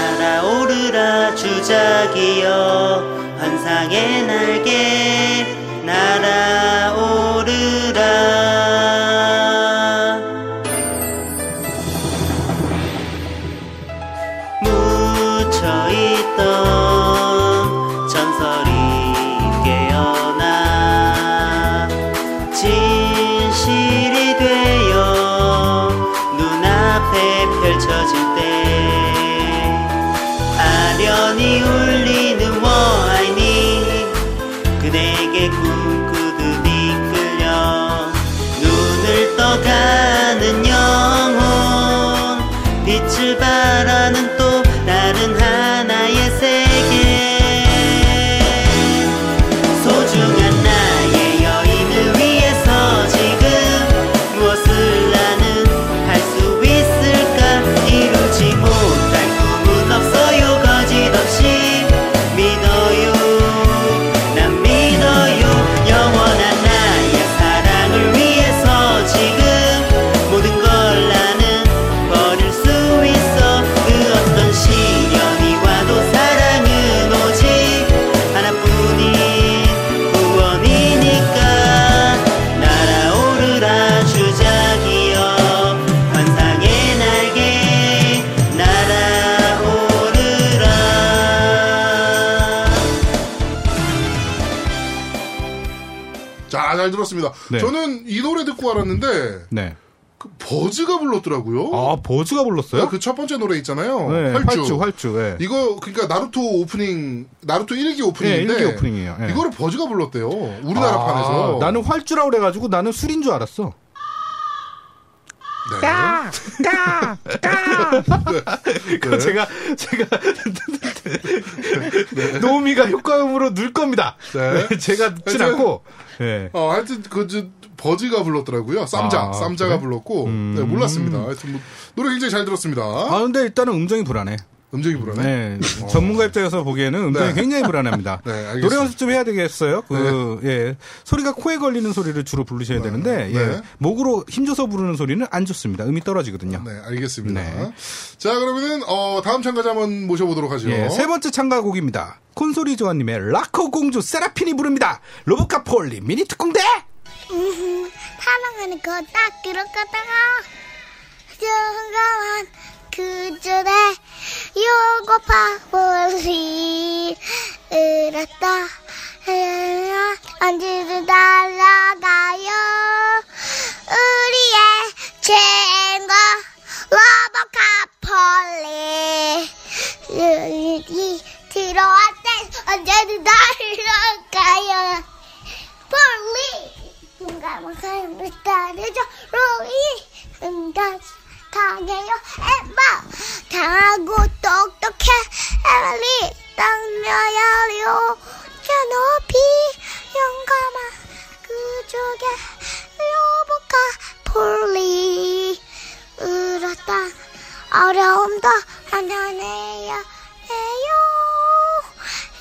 F: 날아오르라 주작이여 환상의 날개 날아오르라 묻혀있던 전설이 깨어나 진실이 되어 눈앞에 펼쳐질 때 아련히 울리는 워하이니 그대에게 꿈꾸듯 이끌려 눈을 떠가는 영혼 빛을 바라는 또 다른 하나의 세계 소중한 나의 여인을 위해서 지금 무엇을 나는 할 수 있을까 이루지 못할 꿈은 없어요 거짓없이 믿어요 난 믿어요 영원한 나의 사랑을 위해서 지금 모든 걸 나는 버릴 수 있어 그 어떤 시련이 와도 사랑은 오직 하나뿐인 구원이니까 날아오르라 주작이여 환상의 날개 날아오르라
A: 자, 잘 들었습니다.
C: 네.
A: 저는 이 노래 듣고 알았는데
C: 네.
A: 그 버즈가 불렀더라고요.
C: 아, 버즈가 불렀어요?
A: 그 첫 번째 노래 있잖아요.
C: 네, 활주,
A: 활주.
C: 활주. 예.
A: 이거 그러니까 나루토 오프닝, 나루토 1기 오프닝인데
C: 예, 1기 오프닝이에요. 예.
A: 이거를 버즈가 불렀대요. 우리나라 판에서.
C: 아, 나는 활주라 그래가지고 나는 술인 줄 알았어.
A: 네. 네.
C: 그거 제가 제가 노미가 효과음으로 넣을 겁니다.
A: 네.
C: 네, 제가 넣진
A: 하여튼-
C: 않고. 예.
A: 어, 하여튼 그 저, 버즈가 불렀더라고요. 쌈자,
C: 아, 음.
A: 쌈자가 불렀고 네, 몰랐습니다. 하여튼 뭐, 노래 굉장히 잘 들었습니다.
C: 아 근데 일단은 음정이 불안해.
A: 음정이 불안해.
C: 네. 전문가 입장에서 보기에는 음정이
A: 어. 네.
C: 굉장히 불안합니다.
A: 네, 알겠습니다. 네.
C: 노래 연습 좀 해야 되겠어요. 그, 예. 소리가 코에 걸리는 소리를 주로 부르셔야 되는데, 예.
A: 네.
C: 목으로 힘줘서 부르는 소리는 안 좋습니다. 음이 떨어지거든요.
A: 네, 알겠습니다.
C: 네.
A: 자, 그러면은 어, 다음 참가자 한번 모셔보도록 하죠.
C: 예, 세 번째 참가곡입니다. 콘솔이 조아님의 라커 공주 세라핀이 부릅니다. 로보카 폴리 미니 특공대!
I: 음, 사랑하는 거 딱 그렇거든요. 용감한 그 줄에 요거 파볼리 울었다. 언제든 날아가요. 우리의 친구 로버카폴리 이 들어왔대 언제든 날아가요. 폴리 용감한 사람을 따르죠 로이 응답 강해요 엠마 강하고 똑똑해 에밀리 땅녀야리오 캐노피 용감한 그쪽에 로보카 폴리 울었다 어려움도 안전해요 해요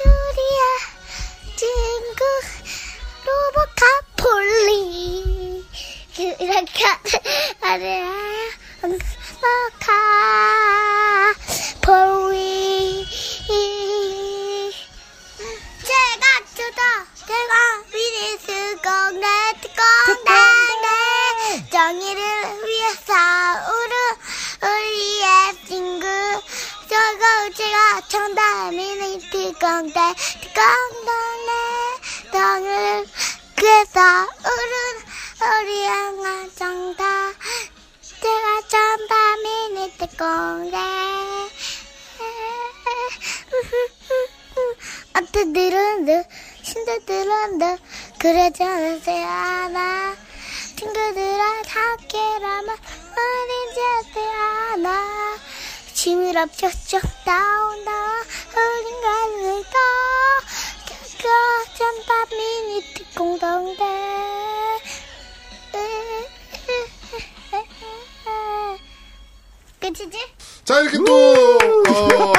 I: 우리의 친구 로봇카 폴리 이렇게 아래야 로봇카 폴리 제가 주다 제가 미리 수공대 특공대 정의를 위해 싸우는 우리의 친구 저거 제가 정답 미리 특공대 특공대 정의를 위해 싸우는 우리 영아 정답 제가 전담이 니트 공대 어때 늘은데 신도 늘은데 그러지 않으세요 나 친구들아 함께라면 어딘지 어때 하나 짐을 업쩍쩍 다운 다운 흐린 가을도 그거 전담 미니트 공동대 끝이지?
A: 자, 이렇게 또, 어,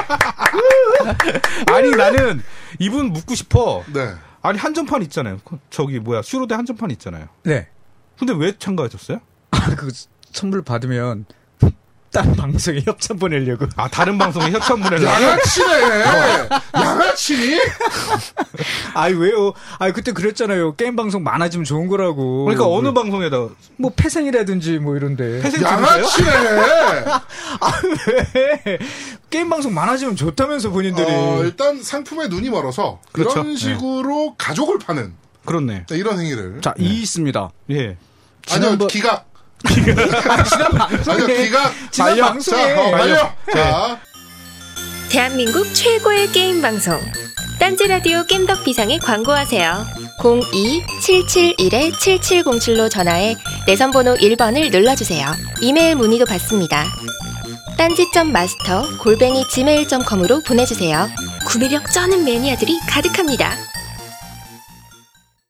C: 아니 나는 이분 묻고 싶어.
A: 네.
C: 아니 한정판 있잖아요. 그- 저기 뭐야 슈로데 한정판 있잖아요.
E: 네.
C: 근데 왜 참가하셨어요?
E: 아, 그 선물 받으면 딴 방송에 협찬 보내려고.
C: 아 다른 방송에 협찬 보내려고.
A: 양아치네!
C: 어.
A: 양아치니?
E: 아이 왜요? 아이 그때 그랬잖아요. 게임 방송 많아지면 좋은 거라고.
C: 그러니까 어느 방송에다
E: 뭐 폐생이라든지 뭐 이런데.
C: 태생 들으세요?
A: 양아치네!
E: 아 왜? 게임 방송 많아지면 좋다면서 본인들이. 네.
A: 어, 일단 상품에 눈이 멀어서
C: 그렇죠.
A: 이런 식으로 가족을 파는
C: 그렇네.
A: 네, 이런 행위를
E: 자, 이 있습니다.
C: 예.
A: 아니요
E: 지난번-
A: 기각 아니요
E: 방송에
A: 기각
E: 지난
A: 반려.
E: 방송에.
A: 자, 어, 반려 자
F: 대한민국 최고의 게임 방송 딴지 라디오 겜덕 비상에 광고하세요. 02-771-7707로 전화해 내선 번호 1번을 눌러 주세요. 이메일 문의도 받습니다. 딴지점 마스터 골뱅이 gmail.com으로 보내주세요. 구매력 쩌는 매니아들이 가득합니다.